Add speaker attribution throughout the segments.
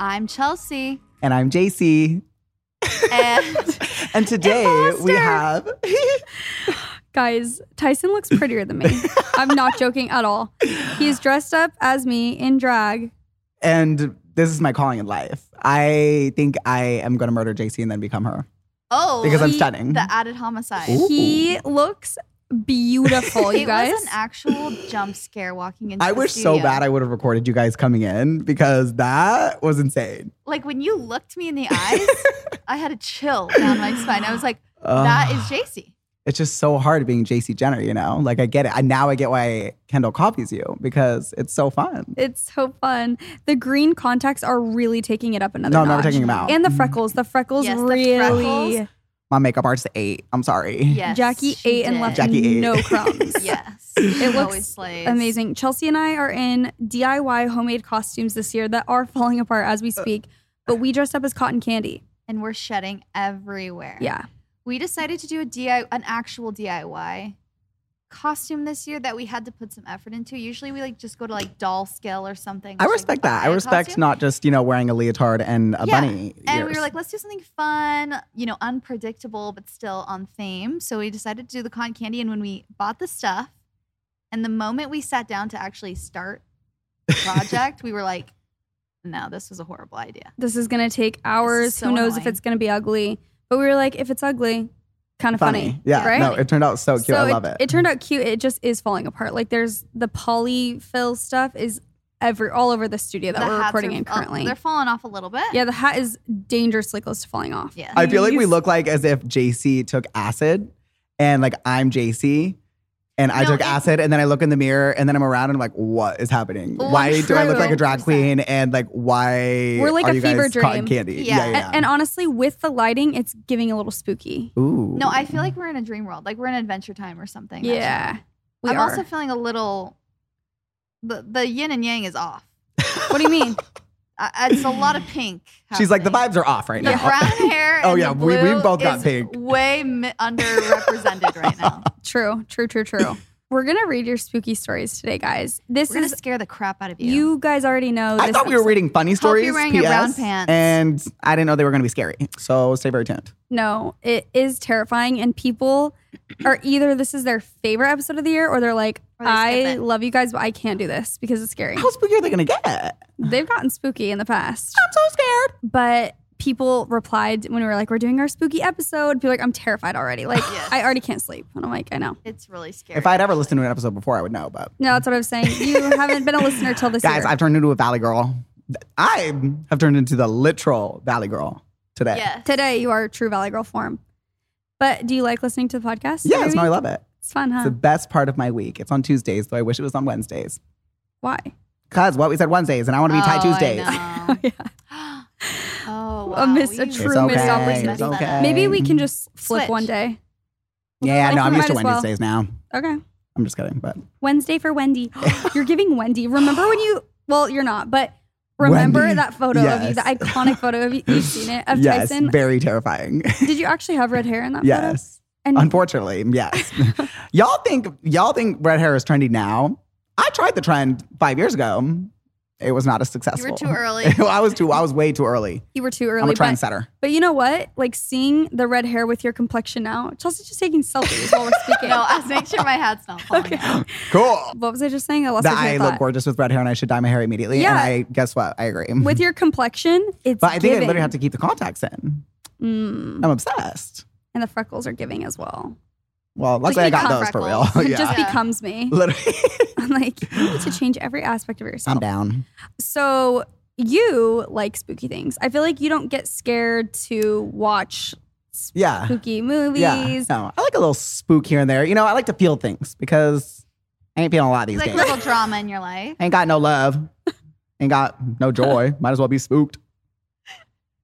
Speaker 1: I'm Chelsea,
Speaker 2: And I'm JC.
Speaker 1: and
Speaker 2: And today we
Speaker 1: Imposter.
Speaker 2: have
Speaker 3: Guys, Tyson looks prettier than me. I'm not joking at all. He's dressed up as me in drag.
Speaker 2: and this is my calling in life. I think I am gonna murder JC and then become her.
Speaker 1: oh,
Speaker 2: Because I'm
Speaker 1: he-
Speaker 2: stunning.
Speaker 1: The added homicide.
Speaker 2: Ooh.
Speaker 3: He looks beautiful, you
Speaker 1: It
Speaker 3: guys.
Speaker 1: was an actual jump scare walking into.
Speaker 2: I
Speaker 1: the
Speaker 2: wish so
Speaker 1: studio.
Speaker 2: bad I would have recorded you guys coming in because that was insane.
Speaker 1: like when you looked me in the eyes, I had a chill down my spine. I was like,
Speaker 2: Ugh.
Speaker 1: "That is JC."
Speaker 2: it's just so hard being JC Jenner, you know? Like I get it. I now I get why Kendall copies you because it's so fun.
Speaker 3: it's so fun. The green contacts are really taking it up another
Speaker 2: No, I'm not
Speaker 3: notch.
Speaker 2: taking him out. Mm.
Speaker 3: And the freckles. The freckles
Speaker 1: Yes, the
Speaker 3: really.
Speaker 1: freckles.
Speaker 2: My makeup artist ate. I'm sorry.
Speaker 1: Yes,
Speaker 3: Jackie
Speaker 1: she
Speaker 3: ate and
Speaker 1: did.
Speaker 3: left
Speaker 2: Jackie ate.
Speaker 3: no crumbs.
Speaker 1: Yes,
Speaker 3: It looks
Speaker 1: always slays.
Speaker 3: Amazing. Chelsea and I are in DIY homemade costumes this year that are falling apart as we
Speaker 1: Uh.
Speaker 3: speak, but we dressed up as cotton candy.
Speaker 1: and we're shedding everywhere.
Speaker 3: Yeah.
Speaker 1: we decided to do a DIY, an actual DIY costume this year that we had to put some effort into. Usually, we like just go to like doll skill or something.
Speaker 2: I
Speaker 1: just, like,
Speaker 2: respect that. I
Speaker 1: buy a
Speaker 2: respect
Speaker 1: costume.
Speaker 2: not just, you know, wearing a leotard and a
Speaker 1: Yeah.
Speaker 2: bunny.
Speaker 1: And we
Speaker 2: ears.
Speaker 1: were like, let's do something fun, you know, unpredictable but still on theme. So we decided to do the cotton candy. And when we bought the stuff, and the moment we sat down to actually start the project, we were like, no, this was a horrible idea.
Speaker 3: this is gonna take hours.
Speaker 1: so
Speaker 3: Who knows if
Speaker 1: annoying.
Speaker 3: it's gonna be ugly? But we were like, if it's ugly, kind of funny.
Speaker 2: Yeah,
Speaker 3: right?
Speaker 2: no, it turned out so cute. I love it.
Speaker 3: It turned out cute. It just is falling apart. Like there's the polyfill stuff is ever all over the studio that
Speaker 1: The
Speaker 3: we're
Speaker 1: hats
Speaker 3: recording
Speaker 1: are-
Speaker 3: in
Speaker 1: uh,
Speaker 3: currently.
Speaker 1: they're falling off a little bit.
Speaker 3: yeah, the hat is dangerously close to falling off.
Speaker 1: Yeah.
Speaker 2: I feel like we look like as if JC took acid and like I'm JC and I
Speaker 1: No,
Speaker 2: took
Speaker 1: it-
Speaker 2: acid and then I look in the mirror and then I'm around and I'm like, what is happening? Why do I look like a drag
Speaker 1: 100%.
Speaker 2: queen? And like, why
Speaker 3: We're like
Speaker 2: are
Speaker 3: a
Speaker 2: you guys
Speaker 3: fever
Speaker 2: cotton
Speaker 3: dream.
Speaker 2: candy?
Speaker 1: Yeah.
Speaker 2: yeah,
Speaker 3: A-
Speaker 2: yeah.
Speaker 3: And, honestly, with the lighting, it's giving a little spooky.
Speaker 2: Ooh.
Speaker 1: no, I feel like we're in a dream world. Like we're in Adventure Time or something. actually.
Speaker 3: Yeah. We
Speaker 1: I'm
Speaker 3: are.
Speaker 1: also feeling a little, the, the yin and yang is off.
Speaker 3: what do you mean?
Speaker 1: I, Uh, it's a lot of pink.
Speaker 2: She's like, the
Speaker 1: happening.
Speaker 2: vibes are off right
Speaker 1: The
Speaker 2: now.
Speaker 1: brown hair.
Speaker 2: Oh,
Speaker 1: and
Speaker 2: yeah,
Speaker 1: the
Speaker 2: we- we
Speaker 1: blue
Speaker 2: both got
Speaker 1: is
Speaker 2: pink.
Speaker 1: Way mi- underrepresented right now.
Speaker 3: True, true, true, true. we're gonna read your spooky stories today, guys. This
Speaker 1: We're gonna
Speaker 3: is
Speaker 1: scare the crap out of you.
Speaker 3: you guys already know
Speaker 2: I
Speaker 3: this
Speaker 2: thought we were reading funny
Speaker 1: Hope
Speaker 2: stories.
Speaker 1: you're wearing your brown
Speaker 2: PS,
Speaker 1: pants.
Speaker 2: And I didn't know they were going to be scary. So stay very tuned.
Speaker 3: No, it is terrifying. And people are either this is their favorite episode of the year or they're like,
Speaker 1: Or they skip
Speaker 3: I
Speaker 1: it. Oh.
Speaker 3: love you guys, but I can't do this because it's scary.
Speaker 2: How spooky are they going to get?
Speaker 3: They've gotten spooky in the past.
Speaker 2: I'm so scared.
Speaker 3: But people replied when we were like, we're doing our spooky episode. People were like, I'm terrified already. Like,
Speaker 1: Yes.
Speaker 3: I already can't sleep. And I'm like, I know.
Speaker 1: It's really scary.
Speaker 2: If I'd ever listened to an episode before, I would know, but.
Speaker 3: No, that's what I was saying. You haven't been a listener till this
Speaker 2: Guys,
Speaker 3: year.
Speaker 2: I've turned into a valley girl. I have turned into the literal valley girl today.
Speaker 1: yes.
Speaker 3: Today, you are true Valley Girl form. But do you like listening to the podcast?
Speaker 2: Yes,
Speaker 3: every
Speaker 2: no, I
Speaker 3: week?
Speaker 2: love it.
Speaker 3: It's fun,
Speaker 2: It's
Speaker 3: huh?
Speaker 2: the best part of my week. It's on Tuesdays, though I wish it was on Wednesdays.
Speaker 3: Why?
Speaker 2: Cause what we said Wednesdays, and I want to be Thai Tuesdays.
Speaker 1: Oh,
Speaker 3: yeah.
Speaker 1: I know. oh wow.
Speaker 3: A missed- a
Speaker 1: We
Speaker 2: It's
Speaker 3: true
Speaker 1: really
Speaker 2: okay.
Speaker 3: missed opportunity.
Speaker 2: It's
Speaker 1: messed that
Speaker 2: okay.
Speaker 1: up.
Speaker 3: Maybe we can just flip
Speaker 1: Switch.
Speaker 3: one day.
Speaker 2: Yeah,
Speaker 3: I
Speaker 2: no,
Speaker 3: think
Speaker 2: I'm
Speaker 3: we
Speaker 2: used to
Speaker 3: might as well.
Speaker 2: Wednesdays now.
Speaker 3: Okay.
Speaker 2: I'm just kidding, but
Speaker 3: Wednesday for Wendy. You're giving Wendy. Remember when you? Well, you're not, but remember
Speaker 2: Wendy.
Speaker 3: that photo of you,
Speaker 2: Yes.
Speaker 3: the iconic photo of you. You've seen it of
Speaker 2: yes,
Speaker 3: Tyson.
Speaker 2: very terrifying.
Speaker 3: Did you actually have red hair in that photo?
Speaker 2: yes,
Speaker 3: And
Speaker 2: unfortunately, yes. y'all think y'all think red hair is trendy now? I tried the trend five years ago, It was not as successful.
Speaker 1: too early.
Speaker 2: I was too. I was way too early.
Speaker 3: You were too early.
Speaker 2: I'm a
Speaker 3: but,
Speaker 2: trendsetter.
Speaker 3: but you know what? Like seeing the red hair with your complexion now. Chelsea's just taking selfies while we're speaking.
Speaker 1: No, I was making sure my hat's not falling out.
Speaker 2: Cool.
Speaker 3: what was I just saying? I lost my
Speaker 2: That
Speaker 3: train
Speaker 2: I
Speaker 3: of
Speaker 2: look
Speaker 3: thought.
Speaker 2: gorgeous with red hair, and I should dye my hair immediately. And
Speaker 3: Yeah.
Speaker 2: I guess what? I agree.
Speaker 3: With your complexion, it's
Speaker 2: but I think I
Speaker 3: giving.
Speaker 2: literally have to keep the contacts in.
Speaker 3: Mm.
Speaker 2: I'm obsessed.
Speaker 3: And the freckles are giving as well.
Speaker 2: Well, luckily I
Speaker 1: become
Speaker 2: got those for real.
Speaker 1: freckles.
Speaker 2: Oh, yeah.
Speaker 3: Just
Speaker 1: Yeah.
Speaker 3: becomes me.
Speaker 2: literally,
Speaker 3: I'm like, you need to change every aspect of yourself.
Speaker 2: I'm down.
Speaker 3: So you like spooky things. I feel like you don't get scared to watch
Speaker 2: Yeah.
Speaker 3: spooky movies.
Speaker 2: Yeah. No, I like a little spook here and there. You know, I like to feel things because I ain't feeling a lot these
Speaker 1: It's like
Speaker 2: days.
Speaker 1: little drama in your life.
Speaker 2: Ain't got no love. Ain't got no joy. Might as well be spooked.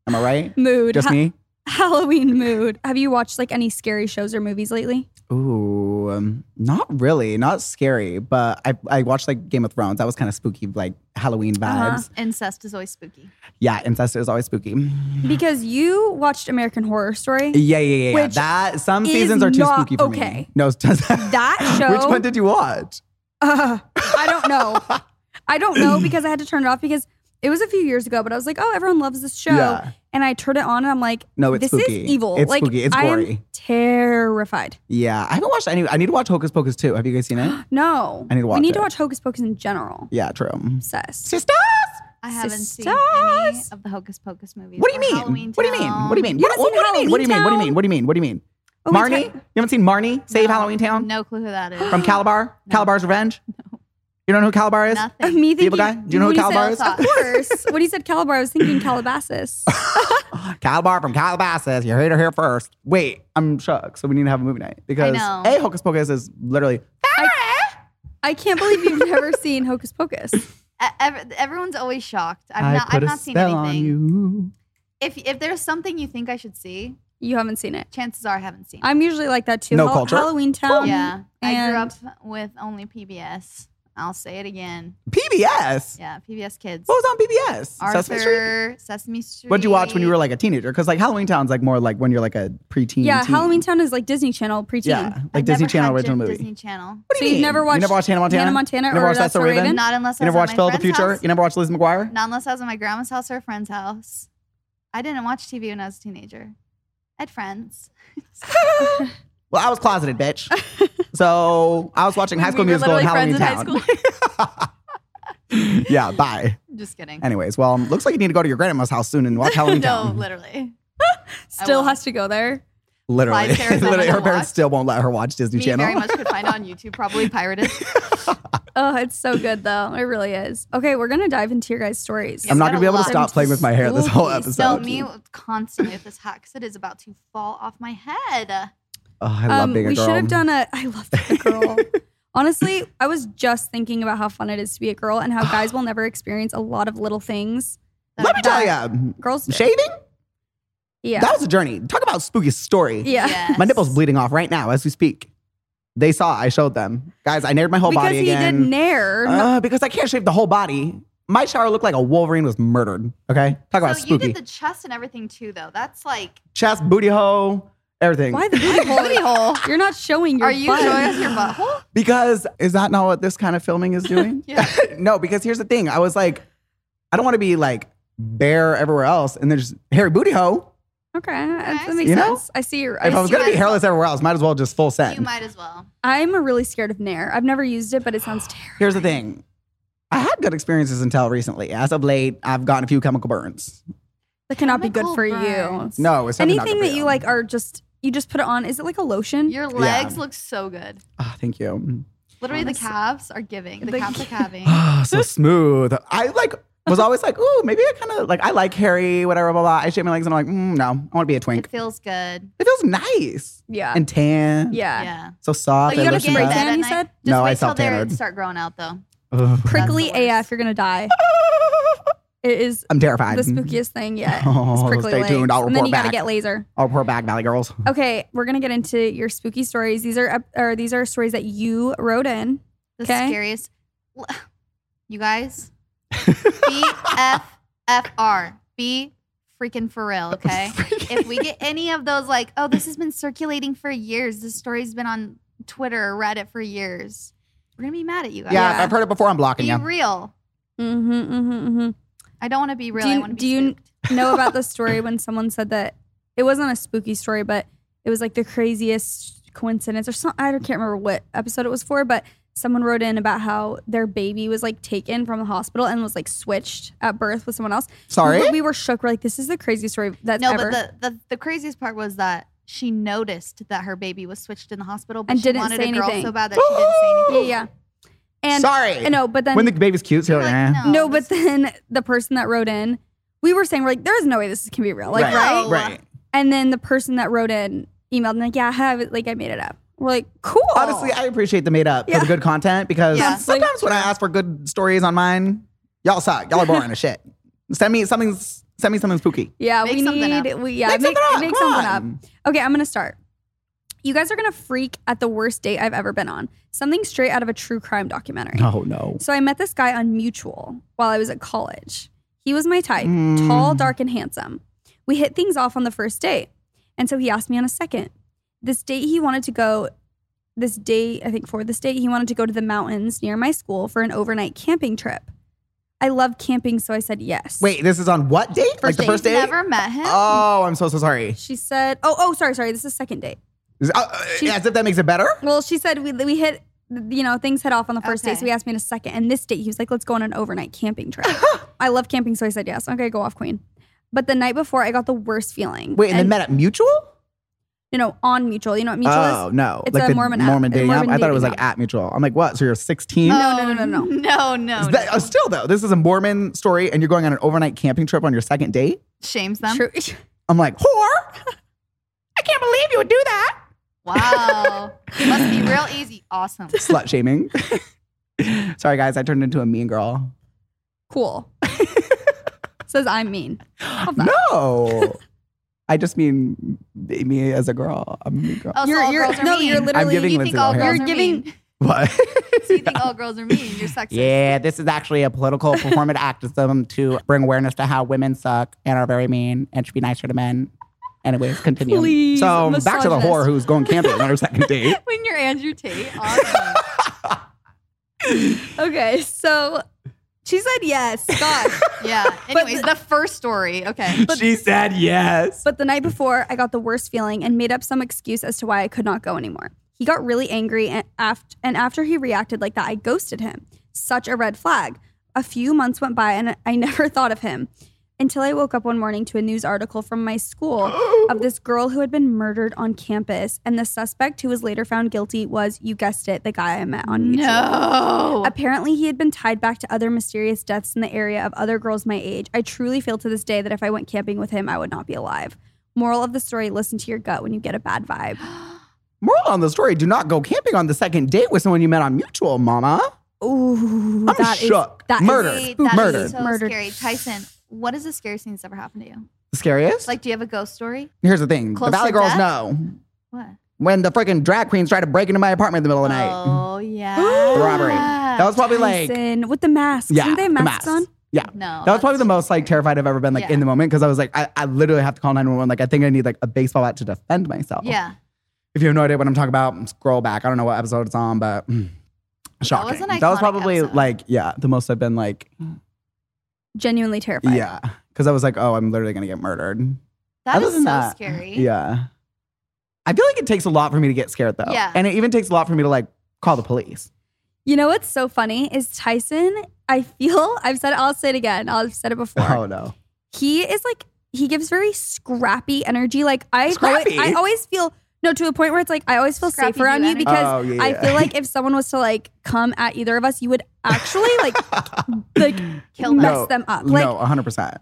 Speaker 2: Am I right?
Speaker 3: Mood.
Speaker 2: Just
Speaker 3: Ha-
Speaker 2: me?
Speaker 3: Halloween mood. Have you watched like any scary shows or movies lately?
Speaker 2: Ooh, um, not really. Not scary, but I, I watched like Game of Thrones. That was kind of spooky, like Halloween
Speaker 3: Uh-huh.
Speaker 2: vibes.
Speaker 1: Incest is always spooky.
Speaker 2: Yeah, incest is always spooky. Yeah,
Speaker 3: Because you watched American Horror Story.
Speaker 2: Mm-hmm. yeah, yeah. yeah.
Speaker 3: Which
Speaker 2: That some
Speaker 3: is
Speaker 2: seasons are too
Speaker 3: not
Speaker 2: spooky for
Speaker 3: okay.
Speaker 2: me. No, it's just-
Speaker 3: That show.
Speaker 2: Which one did you watch?
Speaker 3: Uh, I don't know. I don't know because I had to turn it off because it was a few years ago. But I was like, oh, everyone loves this show,
Speaker 2: Yeah.
Speaker 3: and I turned it on, and I'm like,
Speaker 2: No, it's
Speaker 3: this
Speaker 2: spooky.
Speaker 3: is evil.
Speaker 2: It's
Speaker 3: like,
Speaker 2: spooky. It's
Speaker 3: I am
Speaker 2: gory.
Speaker 3: terrified.
Speaker 2: Yeah, I haven't watched any. I need to watch Hocus Pocus too. Have you guys seen it?
Speaker 3: No,
Speaker 2: I need to watch
Speaker 3: we need to
Speaker 2: it.
Speaker 3: watch Hocus Pocus in general.
Speaker 2: Yeah, true.
Speaker 3: Obsessed.
Speaker 2: Sisters,
Speaker 1: I haven't seen any
Speaker 3: Sisters.
Speaker 1: of the Hocus Pocus movies.
Speaker 2: what do you
Speaker 1: or
Speaker 2: mean?
Speaker 1: Halloween
Speaker 2: What do you mean? What do you
Speaker 1: Town.
Speaker 2: mean?
Speaker 3: You
Speaker 2: What,
Speaker 3: haven't
Speaker 2: what,
Speaker 3: seen
Speaker 2: do you mean? What do you mean? What do you
Speaker 3: Halloween
Speaker 2: mean? What do you mean? What do you mean?
Speaker 3: Oh, we
Speaker 2: Marnie,
Speaker 3: talked-
Speaker 2: you haven't seen Marnie? Save
Speaker 1: No,
Speaker 2: Halloween Town
Speaker 1: No clue who that is.
Speaker 2: from Calabar. Calabar's Revenge. You don't know who Calabar is?
Speaker 1: Nothing.
Speaker 3: Me thinking,
Speaker 2: Evil guy? Do you know
Speaker 3: when
Speaker 2: who
Speaker 3: he said-
Speaker 2: Calabar is?
Speaker 3: Of course. when he said Calabar, I was thinking Calabasas.
Speaker 2: Calabar from Calabasas. You heard her here first. Wait, I'm shook. So we need to have a movie night because
Speaker 1: know.
Speaker 2: a Hocus Pocus is literally
Speaker 3: I can't believe you've never seen Hocus Pocus.
Speaker 1: E- ev- everyone's always shocked. I've not, I've not seen anything.
Speaker 2: you.
Speaker 1: If if there's something you think I should see,
Speaker 3: You haven't seen it.
Speaker 1: chances are I haven't seen. it.
Speaker 3: I'm usually like that too.
Speaker 2: No culture?
Speaker 3: Halloween Town.
Speaker 1: yeah, I
Speaker 3: and-
Speaker 1: grew up with only PBS. I'll say it again.
Speaker 2: PBS.
Speaker 1: Yeah, PBS Kids.
Speaker 2: What was on PBS? Sesame Street.
Speaker 1: Arthur, Sesame Street.
Speaker 2: What'd you watch when you were like a teenager? Because like Halloween Town's like more like when you're like a preteen.
Speaker 3: Yeah,
Speaker 2: teen.
Speaker 3: Halloween Town is like Disney Channel preteen.
Speaker 2: Yeah, like
Speaker 1: I've
Speaker 2: Disney
Speaker 1: never
Speaker 2: Channel
Speaker 1: had
Speaker 2: original
Speaker 1: Di-
Speaker 2: movie.
Speaker 1: Disney Channel.
Speaker 2: What do
Speaker 3: So
Speaker 2: you
Speaker 3: you've
Speaker 2: mean?
Speaker 3: never watched
Speaker 2: you never watched Hannah Montana?
Speaker 3: Hannah Montana
Speaker 2: You never
Speaker 3: or
Speaker 2: watched
Speaker 3: That's
Speaker 2: That's
Speaker 3: So
Speaker 2: So Raven?
Speaker 3: Raven?
Speaker 1: Not unless I
Speaker 2: You
Speaker 1: was
Speaker 2: never
Speaker 1: at
Speaker 2: watched
Speaker 1: my
Speaker 2: Phil of the
Speaker 1: friend's
Speaker 2: Future?
Speaker 1: house.
Speaker 2: You never watched Liz McGuire?
Speaker 1: Not unless I was at my grandma's house or a friend's house. I didn't watch TV when I was a teenager. I had friends.
Speaker 2: Well, I was closeted, bitch. so I was watching High School
Speaker 1: we were
Speaker 2: Musical and Halloween
Speaker 1: literally friends
Speaker 2: Town. yeah, bye.
Speaker 1: Just kidding.
Speaker 2: Anyways, well, um, looks like you need to go to your grandma's house soon and watch Halloween
Speaker 1: no,
Speaker 2: Town.
Speaker 1: literally.
Speaker 3: Still
Speaker 1: won't.
Speaker 3: has to go there.
Speaker 2: Literally,
Speaker 1: Five parents I
Speaker 2: literally, her
Speaker 1: wanna
Speaker 2: parents
Speaker 1: watch.
Speaker 2: still won't let her watch Disney
Speaker 1: Me
Speaker 2: Channel.
Speaker 1: very much could find it on YouTube, probably pirated.
Speaker 3: Oh, it's so good though. It really is. Okay, we're gonna dive into your guys' stories.
Speaker 2: I'm not
Speaker 1: It's
Speaker 2: gonna be
Speaker 1: got a
Speaker 2: able to
Speaker 1: lot.
Speaker 2: stop playing with my hair this whole
Speaker 3: Spooky.
Speaker 2: episode.
Speaker 1: So me constantly with this hat because it is about to fall off my head.
Speaker 2: oh, I love being a
Speaker 3: Um, we
Speaker 2: girl.
Speaker 3: should have done a. I love being a girl. Honestly, I was just thinking about how fun it is to be a girl and how guys will never experience a lot of little things
Speaker 2: Let me tell you,
Speaker 3: girls do.
Speaker 2: shaving
Speaker 3: Yeah.
Speaker 2: that was a journey. Talk about spooky story.
Speaker 3: yeah.
Speaker 1: Yes.
Speaker 2: My nipple's bleeding off right now as we speak. They saw. I showed them, guys. I nared my whole
Speaker 3: because
Speaker 2: body
Speaker 3: he
Speaker 2: again.
Speaker 3: did nair.
Speaker 2: Uh, because I can't shave the whole body. My shower looked like a Wolverine was murdered. Okay, talk about
Speaker 1: so
Speaker 2: spooky.
Speaker 1: you did the chest and everything too, though. That's like,
Speaker 2: Chest, booty hole, everything.
Speaker 3: Why the booty hole? You're not showing your
Speaker 1: are you
Speaker 3: butt.
Speaker 1: showing us your butthole?
Speaker 2: Because is that not what this kind of filming is doing?
Speaker 1: Yeah.
Speaker 2: no, because here's the thing. I was like, I don't want to be like bare everywhere else, and there's hairy booty hole.
Speaker 3: Okay, that that
Speaker 1: I
Speaker 3: makes
Speaker 2: see. You know?
Speaker 3: sense. I see your.
Speaker 2: If I was
Speaker 1: see
Speaker 2: gonna be
Speaker 1: myself.
Speaker 2: hairless everywhere else, might as well just full
Speaker 1: You
Speaker 2: send.
Speaker 1: might as well.
Speaker 3: I'm really scared of Nair. I've never used it, but it sounds terrible.
Speaker 2: Here's the thing. I had good experiences until recently. As of late, I've gotten a few chemical burns.
Speaker 3: That cannot be good
Speaker 1: Chemical
Speaker 3: for
Speaker 1: burns.
Speaker 3: you.
Speaker 2: No, it's definitely not
Speaker 3: Anything
Speaker 2: good
Speaker 3: that
Speaker 2: for
Speaker 3: you like are just you just put it on. Is it like a lotion?
Speaker 1: Your legs look so good.
Speaker 2: Ah, thank you.
Speaker 1: Literally,
Speaker 3: Honestly.
Speaker 1: the calves are giving. The,
Speaker 3: The-
Speaker 1: calves are calving.
Speaker 2: Ah, so smooth. I like was always like, ooh, maybe I kind of like I like hairy, whatever, blah blah. I shave my legs and I'm like, mm, no, I want to be a twink.
Speaker 1: it feels good.
Speaker 2: It feels nice
Speaker 3: yeah.
Speaker 2: and tan.
Speaker 3: yeah.
Speaker 1: Yeah.
Speaker 2: So soft.
Speaker 3: Oh, you
Speaker 2: I
Speaker 3: gotta
Speaker 2: listen
Speaker 3: spray
Speaker 2: to
Speaker 3: tan,
Speaker 2: that.
Speaker 3: you
Speaker 1: I-
Speaker 3: said?
Speaker 1: Just
Speaker 2: No,
Speaker 1: wait till
Speaker 2: I
Speaker 1: they
Speaker 2: self-tannered.
Speaker 1: start growing out though.
Speaker 2: Ugh.
Speaker 3: Prickly
Speaker 1: That's the worst.
Speaker 3: AF. You're gonna die. It is
Speaker 2: I'm terrified.
Speaker 3: the spookiest thing yet.
Speaker 2: Oh,
Speaker 3: It's prickly
Speaker 2: stay
Speaker 3: legs.
Speaker 2: tuned. I'll
Speaker 3: and then
Speaker 2: report
Speaker 3: you gotta
Speaker 2: back.
Speaker 3: get laser.
Speaker 2: I'll report back, Valley Girls.
Speaker 3: Okay, we're gonna get into your spooky stories. These are up- or these are stories that you wrote in.
Speaker 1: The
Speaker 3: Okay.
Speaker 1: scariest. You guys. B F F R. B freaking for real, okay? if we get any of those like, oh, this has been circulating for years. This story's been on Twitter or Reddit for years. We're gonna be mad at you guys.
Speaker 2: Yeah, if I've heard it before. I'm blocking
Speaker 1: Be
Speaker 2: you.
Speaker 1: real.
Speaker 3: Mm-hmm, mm-hmm, mm-hmm.
Speaker 1: I don't want to be real.
Speaker 3: Do
Speaker 1: I
Speaker 3: you-
Speaker 1: want to be
Speaker 3: do you-
Speaker 1: spooked.
Speaker 3: know about the story when someone said that it wasn't a spooky story, but it was like the craziest coincidence or something. I don't- can't remember what episode it was for, but someone wrote in about how their baby was like taken from the hospital and was like switched at birth with someone else.
Speaker 2: Sorry?
Speaker 3: We, we were shook. We're like, this is the craziest story that's
Speaker 1: No,
Speaker 3: ever.
Speaker 1: but the, the the craziest part was that she noticed that her baby was switched in the hospital, but
Speaker 3: And
Speaker 1: she
Speaker 3: didn't
Speaker 1: wanted
Speaker 3: say
Speaker 1: a girl
Speaker 3: anything.
Speaker 1: so bad that she didn't say anything.
Speaker 3: yeah, yeah. And
Speaker 2: Sorry.
Speaker 3: No, but then
Speaker 2: when the baby's cute, so you're like,
Speaker 1: Like,
Speaker 2: eh.
Speaker 1: no,
Speaker 3: no,
Speaker 1: this-
Speaker 3: but then the person that wrote in, we were saying we're like, there is no way this can be real. Like, right?
Speaker 1: right?
Speaker 2: Right.
Speaker 3: And then the person that wrote in emailed and like, yeah, I have it. Like, I made it up. We're like, cool.
Speaker 2: Honestly, I appreciate the made up for
Speaker 3: Oh. Yeah.
Speaker 2: the good content because
Speaker 1: Yeah.
Speaker 2: sometimes when I ask for good stories on mine, y'all suck. Y'all are boring as shit. Send me something. Send me something spooky.
Speaker 3: Yeah,
Speaker 1: Make
Speaker 3: we
Speaker 1: something up.
Speaker 3: need. We, yeah,
Speaker 2: Make
Speaker 3: make,
Speaker 2: something up,
Speaker 3: make
Speaker 2: come
Speaker 3: something
Speaker 2: on.
Speaker 3: up. Okay, I'm gonna start. You guys are gonna freak at the worst date I've ever been on. Something straight out of a true crime documentary.
Speaker 2: Oh no.
Speaker 3: So I met this guy on Mutual while I was at college. He was my type, tall, dark, and handsome. We hit things off on the first date, and so he asked me on a second. This date he wanted to go. This date, I think for this date, he wanted to go to the mountains near my school for an overnight camping trip. I love camping, so I said yes.
Speaker 2: Wait, this is on what date? like the
Speaker 1: date.
Speaker 2: first date?
Speaker 1: Never met him.
Speaker 2: Oh, I'm so so sorry.
Speaker 3: She said, "Oh, oh, sorry, sorry. This is second date."
Speaker 2: Is- uh, uh,
Speaker 3: She-
Speaker 2: as if that makes it better.
Speaker 3: Well, she said we we hit, you know, things hit off on the first date,
Speaker 1: Okay.
Speaker 3: so he asked me in a second. And this date, he was like, "Let's go on an overnight camping trip." I love camping, so I said yes. Okay, go off, queen. But the night before, I got the worst feeling.
Speaker 2: Wait, and, they met at Mutual?
Speaker 3: you know, on mutual. You know what mutual
Speaker 2: Oh
Speaker 3: is?
Speaker 2: no,
Speaker 3: It's
Speaker 2: like
Speaker 3: a
Speaker 2: the
Speaker 3: Mormon app.
Speaker 2: Mormon
Speaker 3: A
Speaker 2: dating app.
Speaker 3: Mormon
Speaker 2: I thought it was
Speaker 3: dating
Speaker 2: like
Speaker 3: app.
Speaker 2: at Mutual. I'm like, what? So you're 16?
Speaker 3: No, no, no, no, no.
Speaker 1: Oh, no, no,
Speaker 2: Is that-
Speaker 1: no.
Speaker 2: oh, still though, this is a Mormon story, and you're going on an overnight camping trip on your second date.
Speaker 1: Shames them.
Speaker 3: True.
Speaker 2: I'm like, whore! I can't believe you would do that.
Speaker 1: Wow, must be real easy. Awesome.
Speaker 2: Slut shaming. Sorry, guys, I turned into a mean girl.
Speaker 3: cool. Says I'm mean. Love that.
Speaker 2: No, I just mean me as a girl. I'm a mean girl.
Speaker 1: Oh, so
Speaker 3: You're-
Speaker 1: all
Speaker 3: you're-
Speaker 1: girls are
Speaker 3: no,
Speaker 1: mean.
Speaker 3: you're literally-
Speaker 2: I'm giving
Speaker 1: you
Speaker 2: Lindsay
Speaker 1: think all
Speaker 2: Lohan.
Speaker 1: girls
Speaker 3: You're
Speaker 1: are
Speaker 3: giving-
Speaker 1: mean.
Speaker 2: What?
Speaker 1: So you think all girls are mean? You're sexist.
Speaker 2: Yeah, this is actually a political performative activism to bring awareness to how women suck and are very mean and should be nicer to men. Anyways, continue.
Speaker 3: Please,
Speaker 2: so back to the
Speaker 3: misogynist.
Speaker 2: whore who's going camping on her second date.
Speaker 1: When you're Andrew Tate, awesome.
Speaker 3: Okay, so she said yes. God.
Speaker 1: yeah. Anyways, the first story. Okay.
Speaker 2: she said yes.
Speaker 3: But the night before, I got the worst feeling and made up some excuse as to why I could not go anymore. He got really angry, and after, and after he reacted like that, I ghosted him. Such a red flag. A few months went by, and I never thought of him until I woke up one morning to a news article from my school of this girl who had been murdered on campus. And the suspect, who was later found guilty, was, you guessed it, the guy I met on YouTube.
Speaker 1: No.
Speaker 3: Apparently, he had been tied back to other mysterious deaths in the area of other girls my age. I truly feel to this day that if I went camping with him, I would not be alive. Moral of the story listen to your gut when you get a bad vibe.
Speaker 2: Moral on the story: Do not go camping on the second date with someone you met on Mutual, Mama.
Speaker 3: Ooh,
Speaker 2: I'm
Speaker 3: that is-
Speaker 2: shook.
Speaker 3: that is
Speaker 2: Murder.
Speaker 1: Wait,
Speaker 3: spooky.
Speaker 1: that is
Speaker 2: Murdered.
Speaker 1: so
Speaker 3: Murdered.
Speaker 1: scary. Tyson, what is the scariest thing that's ever happened to you?
Speaker 2: The scariest?
Speaker 1: Like, do you have a ghost story?
Speaker 2: here's the thing: the
Speaker 1: Close
Speaker 2: Valley
Speaker 1: to
Speaker 2: Girls
Speaker 1: death?
Speaker 2: know
Speaker 1: What?
Speaker 2: when the freaking drag queens tried to break into my apartment in the middle of the night.
Speaker 1: Oh yeah.
Speaker 2: The robbery. That was probably like
Speaker 3: Tyson, with the mask.
Speaker 2: yeah,
Speaker 3: Didn't they have
Speaker 2: the
Speaker 3: masks on?
Speaker 2: mask. Yeah.
Speaker 1: no.
Speaker 2: That was probably the
Speaker 1: that's-
Speaker 2: most like terrified I've ever been like
Speaker 1: Yeah.
Speaker 2: in the moment because I was like, I, I literally have to call 911. Like, I think I need like a baseball bat to defend myself.
Speaker 1: Yeah.
Speaker 2: If you have no idea what I'm talking about, scroll back. I don't know what episode it's on, but mm, shocking.
Speaker 1: an iconic
Speaker 2: probably
Speaker 1: episode.
Speaker 2: like, yeah, the most I've been like,
Speaker 3: Genuinely terrified.
Speaker 2: yeah. Because I was like, oh, I'm literally going to get murdered.
Speaker 1: That
Speaker 2: Other
Speaker 1: is
Speaker 2: than
Speaker 1: so
Speaker 2: that,
Speaker 1: scary.
Speaker 2: Yeah. I feel like it takes a lot for me to get scared though.
Speaker 1: Yeah.
Speaker 2: And it even takes a lot for me to like call the police.
Speaker 3: You know what's so funny is Tyson, I feel, I've said it, I'll say it again. I've said it before.
Speaker 2: Oh, no.
Speaker 3: he is like he gives very scrappy energy. Like I, always,
Speaker 2: Scrappy?
Speaker 3: I always feel no to a point where it's like I always feel
Speaker 1: Scrappy
Speaker 3: safe around
Speaker 1: new
Speaker 3: you because
Speaker 2: Oh, yeah,
Speaker 3: I
Speaker 2: yeah.
Speaker 3: feel like if someone was to like come at either of us, you would actually like like
Speaker 1: Kill them.
Speaker 3: mess
Speaker 2: No,
Speaker 3: them up. Like
Speaker 2: no, uh 100%.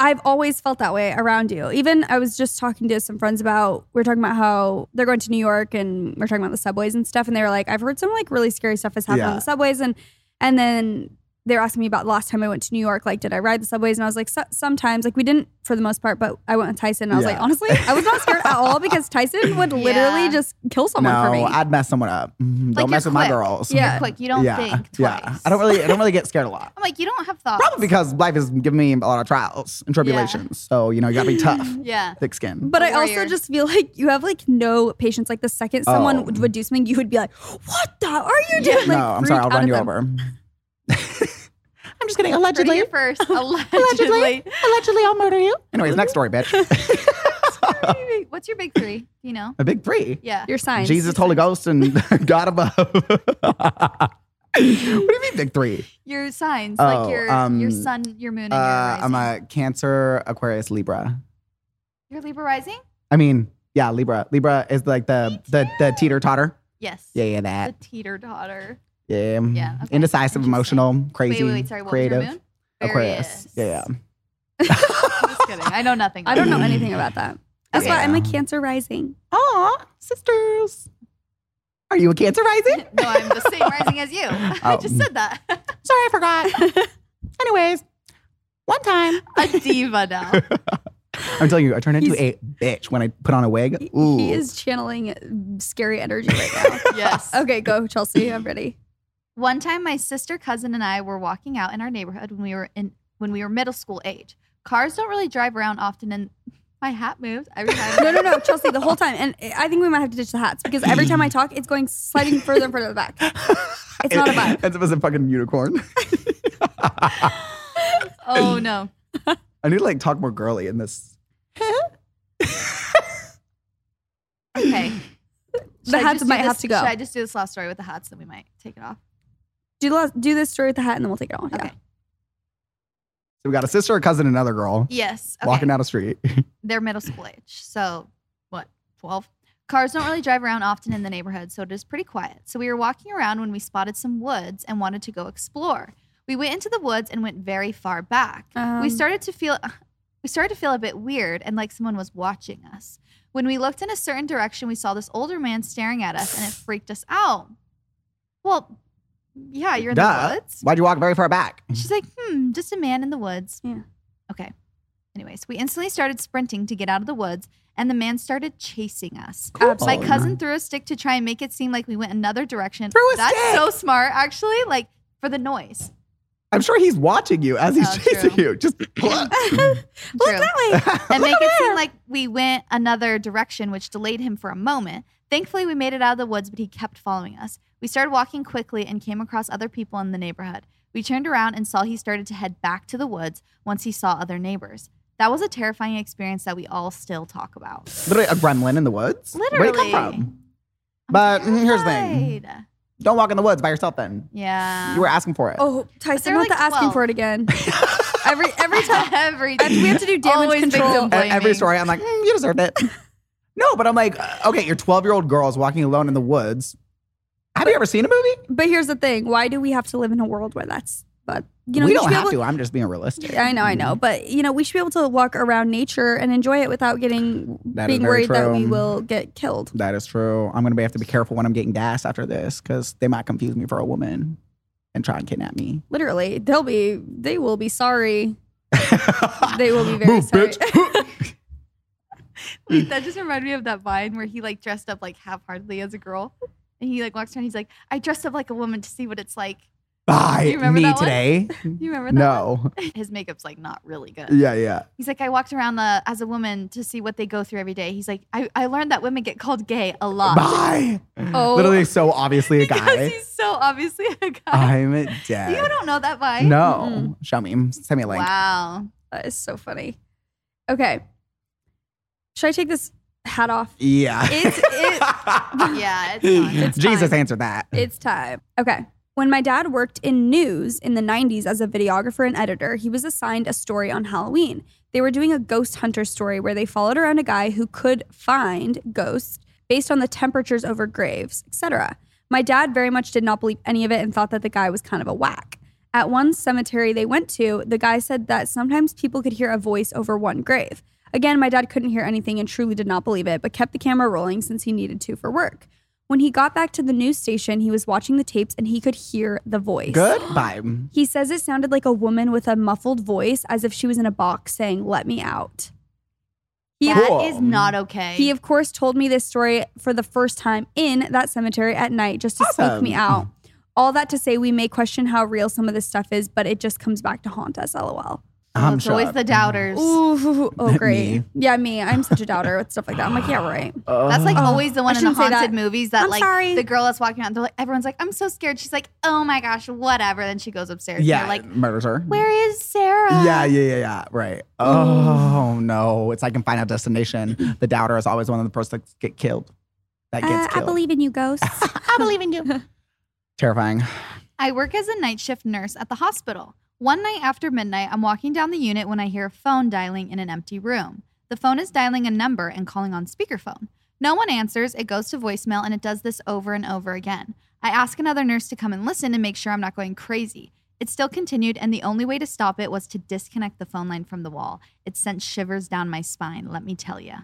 Speaker 3: I've always felt that way around you. Even I was just talking to some friends about we are talking about how they're going to New York and we are talking about the subways and stuff, and they were like, I've heard some like really scary stuff has happened
Speaker 2: Yeah.
Speaker 3: on the subways, and and then they were asking me about the last time I went to New York, like did I ride the subways? And I was like, "So- sometimes, like we didn't for the most part, but I went with Tyson, and I was
Speaker 2: Yeah.
Speaker 3: like, honestly, I was not scared at all because Tyson would literally
Speaker 1: Yeah.
Speaker 3: just kill someone
Speaker 2: no,
Speaker 3: for me.
Speaker 2: I'd mess someone up.
Speaker 1: Like,
Speaker 2: Mm, don't mess
Speaker 1: you're
Speaker 2: with my
Speaker 1: quick.
Speaker 2: girls. Mm-hmm.
Speaker 3: Yeah.
Speaker 1: You're quick. You don't think twice.
Speaker 2: I don't really I don't really get scared a lot.
Speaker 1: I'm like, you don't have thoughts.
Speaker 2: Probably because life has given me a lot of trials and tribulations. So, you know, you gotta be tough,
Speaker 1: Yeah.
Speaker 2: thick skin.
Speaker 3: but I
Speaker 1: warrior.
Speaker 3: also just feel like you have like no patience. Like the second someone
Speaker 2: Oh.
Speaker 3: would would do something, you would be like, "What the are you doing?"
Speaker 2: no,
Speaker 3: Like,
Speaker 2: I'm sorry,
Speaker 3: freak
Speaker 2: I'll
Speaker 3: out
Speaker 2: run
Speaker 3: of
Speaker 2: you
Speaker 3: them.
Speaker 2: over. I'm just kidding.
Speaker 1: Heard it
Speaker 2: Allegedly.
Speaker 1: here first.
Speaker 2: Allegedly.
Speaker 1: Allegedly.
Speaker 2: Allegedly, I'll murder you. Anyways, next story, bitch.
Speaker 1: What's your big three? Do you know?
Speaker 2: A big three.
Speaker 1: Yeah.
Speaker 3: Your signs.
Speaker 2: Jesus, Holy Ghost, and God above. what do you mean, big three?
Speaker 1: Your signs,
Speaker 2: Oh,
Speaker 1: like your your
Speaker 2: um,
Speaker 1: sun, your moon, and your
Speaker 2: Uh,
Speaker 1: rising.
Speaker 2: I'm a Cancer, Aquarius, Libra.
Speaker 1: Your Libra rising?
Speaker 2: I mean, yeah, Libra. Libra is like the the, the teeter totter.
Speaker 1: Yes.
Speaker 2: Yeah, yeah, that.
Speaker 1: The teeter totter. Yeah, okay.
Speaker 2: Yeah. Indecisive,
Speaker 1: Interesting.
Speaker 2: emotional, crazy,
Speaker 1: Wait, wait, wait. Sorry. What
Speaker 2: creative.
Speaker 1: was your moon?
Speaker 2: Aquarius. Yeah, yeah.
Speaker 1: I'm just kidding. I know nothing.
Speaker 3: I don't know anything about that. That's why I'm a
Speaker 2: Yeah.
Speaker 3: Cancer rising.
Speaker 2: Aw, sisters. Are you a Cancer rising?
Speaker 1: no, I'm the same rising as you. I
Speaker 2: Oh.
Speaker 1: just said that.
Speaker 2: Sorry, I forgot. Anyways, one time.
Speaker 1: a diva now.
Speaker 2: I'm telling you, I turn into
Speaker 3: He's-
Speaker 2: a bitch when I put on a wig.
Speaker 3: He-
Speaker 2: Ooh.
Speaker 3: He is channeling scary energy right
Speaker 1: Yes.
Speaker 3: now. okay, go Chelsea. I'm ready.
Speaker 1: One time, my sister, cousin, and I were walking out in our neighborhood when we were in when we were middle school age. Cars don't really drive around often, and my hat moved every time.
Speaker 3: No, no, no, Chelsea. The whole time, and I think we might have to ditch the hats because every time I talk, it's going sliding further and further back. It's not a vibe.
Speaker 2: As if it was a fucking unicorn.
Speaker 1: Oh no.
Speaker 2: I need to like talk more girly in this.
Speaker 1: Okay. Should I
Speaker 3: hats
Speaker 1: just do
Speaker 3: might
Speaker 1: this-
Speaker 3: have to go.
Speaker 1: Should I just do this last story with the hats? Then we might take it off.
Speaker 3: Do the last, do this story with the hat, and then we'll take it off.
Speaker 1: Okay.
Speaker 2: So we got a sister, a cousin, another girl
Speaker 1: Yes. Okay.
Speaker 2: walking down a street.
Speaker 1: They're middle school age, so what? Twelve. Cars don't really drive around often in the neighborhood, so it is pretty quiet. So we were walking around when we spotted some woods and wanted to go explore. We went into the woods and went very far back.
Speaker 3: Yeah.
Speaker 1: we
Speaker 3: Um,
Speaker 1: started to feel we started to feel a bit weird and like someone was watching us. When we looked in a certain direction, we saw this older man staring at us and it freaked us out. Well, yeah, you're in
Speaker 2: Duh.
Speaker 1: the woods.
Speaker 2: Why'd you walk very far back?
Speaker 1: She's like, hmm, just a man in the woods.
Speaker 3: Yeah.
Speaker 1: Okay. Anyways, we instantly started sprinting to get out of the woods, and the man started chasing us. My
Speaker 3: Absolutely.
Speaker 1: cousin threw a stick to try and make it seem like we went another direction.
Speaker 2: Threw a
Speaker 1: That's
Speaker 2: stick!
Speaker 1: so smart, actually. Like for the noise.
Speaker 2: I'm sure he's watching you as he's
Speaker 1: Oh,
Speaker 2: chasing
Speaker 1: true.
Speaker 2: you. Just
Speaker 1: True.
Speaker 3: that way.
Speaker 1: and make it seem like we went another direction, which delayed him for a moment. Thankfully, we made it out of the woods, but he kept following us. We started walking quickly and came across other people in the neighborhood. We turned around and saw he started to head back to the woods once he saw other neighbors. That was a terrifying experience that we all still talk about.
Speaker 2: literally a gremlin in the woods. Where'd it
Speaker 1: Literally.
Speaker 2: come from? But mm, here's the thing:
Speaker 1: Terrified.
Speaker 2: don't walk in the woods by yourself. Then
Speaker 1: Yeah.
Speaker 2: you were asking for it.
Speaker 3: Oh, Tyson,
Speaker 1: They're
Speaker 3: not
Speaker 1: like
Speaker 3: the asking
Speaker 1: 12.
Speaker 3: for it again. every every time
Speaker 1: every
Speaker 3: we have to do damage
Speaker 1: Always
Speaker 3: control.
Speaker 1: victim
Speaker 2: E- every
Speaker 1: blaming.
Speaker 2: story, I'm like, mm, you deserved it. no, but I'm like, uh, okay, your 12 year old girl's walking alone in the woods. Have you ever seen a movie?
Speaker 3: But here's the thing: Why do we have to live in a world where that's? But you know,
Speaker 2: we
Speaker 3: you
Speaker 2: don't
Speaker 3: should be
Speaker 2: have
Speaker 3: able-
Speaker 2: to. Mm-hmm. I'm just being realistic.
Speaker 3: I know, I know, but you know, we should be able to walk around nature and enjoy it without getting
Speaker 2: That is
Speaker 3: being
Speaker 2: very
Speaker 3: worried that we
Speaker 2: true.
Speaker 3: will get killed.
Speaker 2: That is true. I'm gonna be, have to be careful when I'm getting gas after this because they might confuse me for a woman and try and kidnap me.
Speaker 3: Literally, they'll be they will be sorry. They will be very
Speaker 2: Move,
Speaker 3: sorry.
Speaker 2: bitch.
Speaker 1: Wait, that just reminded me of that vine where he like dressed up like half heartedly as a girl. And he like walks around, he's like, I dressed up like a woman to see what it's like. You
Speaker 2: Bye,
Speaker 1: remember
Speaker 2: me
Speaker 1: that one?
Speaker 2: today.
Speaker 1: You remember that?
Speaker 2: No.
Speaker 1: one? His makeup's like not really good.
Speaker 2: Yeah, yeah.
Speaker 1: He's like, I walked around the as a woman to see what they go through every day. He's like, I, I learned that women get called gay a lot.
Speaker 2: Bye.
Speaker 3: Oh.
Speaker 2: Literally, so obviously a
Speaker 1: Ah. Because
Speaker 2: guy.
Speaker 1: he's so obviously a guy.
Speaker 2: I'm
Speaker 1: you
Speaker 2: dead.
Speaker 1: don't know that vine.
Speaker 2: No. Show me. Send me a link.
Speaker 1: Wow.
Speaker 3: That is so funny. Okay, should I take this hat off?
Speaker 2: Yeah.
Speaker 3: It's it,
Speaker 2: ah.
Speaker 1: Yeah, it's not. It's
Speaker 2: Jesus
Speaker 1: fine.
Speaker 2: answered that.
Speaker 3: It's time. Okay. When my dad worked in news in the 90s as a videographer and editor, he was assigned a story on Halloween. They were doing a ghost hunter story where they followed around a guy who could find ghosts based on the temperatures over graves, etc. My dad very much did not believe any of it and thought that the guy was kind of a whack. At one cemetery they went to, the guy said that sometimes people could hear a voice over one grave. Again, my dad couldn't hear anything and truly did not believe it, but kept the camera rolling since he needed to for work. When he got back to the news station, he was watching the tapes and he could hear the voice.
Speaker 2: Goodbye.
Speaker 3: He says it sounded like a woman with a muffled voice as if she was in a box saying, Let me out. He,
Speaker 1: That
Speaker 2: Cool.
Speaker 1: is not okay.
Speaker 3: he, of course, told me this story for the first time in that cemetery at night just to
Speaker 2: Awesome.
Speaker 3: spook me out. All that to say, we may question how real some of this stuff is, but it just comes back to haunt us, lol.
Speaker 4: Oh,
Speaker 2: I'm
Speaker 4: it's always
Speaker 2: shocked.
Speaker 4: the doubters.
Speaker 3: Ooh, oh great.
Speaker 2: Me.
Speaker 3: Yeah, me. I'm such a doubter with stuff like that. I'm like, yeah, right.
Speaker 4: That's like
Speaker 2: Uh,
Speaker 3: Oh,
Speaker 4: always the one
Speaker 3: I
Speaker 4: in the
Speaker 3: shouldn't say
Speaker 4: haunted
Speaker 3: that.
Speaker 4: movies that
Speaker 3: I'm
Speaker 4: like
Speaker 3: sorry.
Speaker 4: the girl that's walking around. They're like everyone's like, "I'm so scared." She's like, "Oh my gosh, whatever." Then she goes upstairs.
Speaker 2: yeah,
Speaker 4: and
Speaker 2: like
Speaker 4: they're like,
Speaker 2: murders her.
Speaker 4: "Where is Sarah?"
Speaker 2: Yeah, yeah, yeah, yeah. Right. Oh no, it's like in Final Destination. The doubter is always one of the person that get killed. That gets
Speaker 3: Uh, I
Speaker 2: killed.
Speaker 3: believe in you, ghosts.
Speaker 2: I believe in you. Terrifying.
Speaker 4: I work as a night shift nurse at the hospital. One night after midnight, I'm walking down the unit when I hear a phone dialing in an empty room. The phone is dialing a number and calling on speakerphone. No one answers, it goes to voicemail, and it does this over and over again. I ask another nurse to come and listen and make sure I'm not going crazy. It still continued, and the only way to stop it was to disconnect the phone line from the wall. It sent shivers down my spine, let me tell you.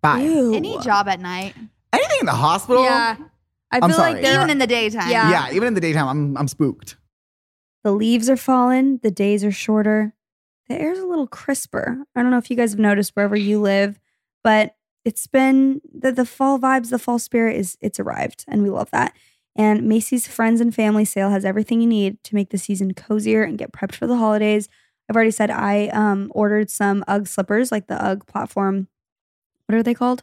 Speaker 2: Bye.
Speaker 3: Ew.
Speaker 4: Any job at night,
Speaker 2: Anything in the hospital?
Speaker 3: Yeah. I feel
Speaker 2: I'm
Speaker 3: like
Speaker 2: sorry.
Speaker 3: there
Speaker 4: even in the daytime.
Speaker 3: Yeah.
Speaker 2: Yeah, even in the daytime, I'm I'm spooked.
Speaker 3: The leaves are fallen, the days are shorter, the air's a little crisper. I don't know if you guys have noticed wherever you live, but it's been the, the fall vibes, the fall spirit is it's arrived, and we love that. And Macy's Friends and Family Sale has everything you need to make the season cozier and get prepped for the holidays. I've already said I um, ordered some UGG slippers, like the UGG platform. What are they called?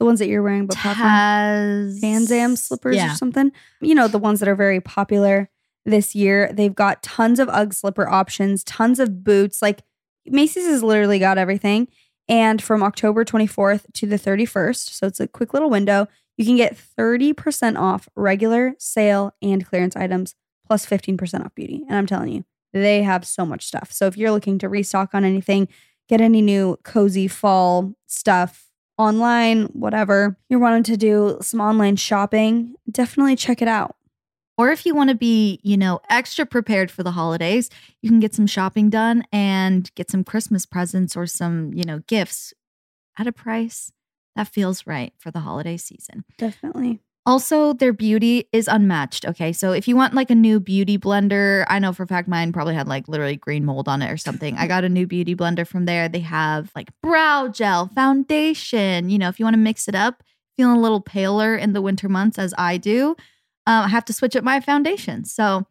Speaker 3: The ones that you're wearing, but platform.
Speaker 4: Taz.
Speaker 3: Tanzam slippers
Speaker 1: Yeah.
Speaker 3: or something. You know, the ones that are very popular this year. They've got tons of UGG slipper options, tons of boots. Like Macy's has literally got everything. And from October 24th to the 31st, so it's a quick little window, you can get 30% off regular sale and clearance items, plus 15% off beauty. And I'm telling you, they have so much stuff. So if you're looking to restock on anything, get any new cozy fall stuff, online, whatever, you're wanting to do some online shopping, definitely check it out.
Speaker 1: Or if you want to be, you know, extra prepared for the holidays, you can get some shopping done and get some Christmas presents or some, you know, gifts at a price that feels right for the holiday season.
Speaker 3: Definitely.
Speaker 1: Also, their beauty is unmatched. Okay. So if you want like a new beauty blender, I know for a fact mine probably had like literally green mold on it or something. I got a new beauty blender from there. They have like brow gel, foundation. You know, if you want to mix it up, feeling a little paler in the winter months as I do, um, I have to switch up my foundation. So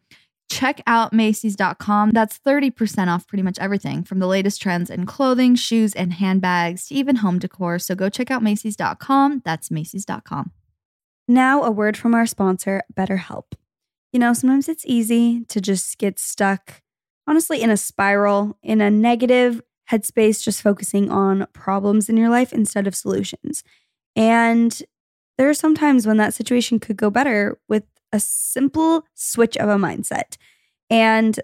Speaker 1: check out Macy's.com. That's 30% off pretty much everything from the latest trends in clothing, shoes, and handbags to even home decor. So go check out Macy's.com. That's Macy's.com.
Speaker 3: Now, a word from our sponsor, BetterHelp. You know, sometimes it's easy to just get stuck, honestly, in a spiral, in a negative headspace, just focusing on problems in your life instead of solutions. And there are some times when that situation could go better with a simple switch of a mindset. And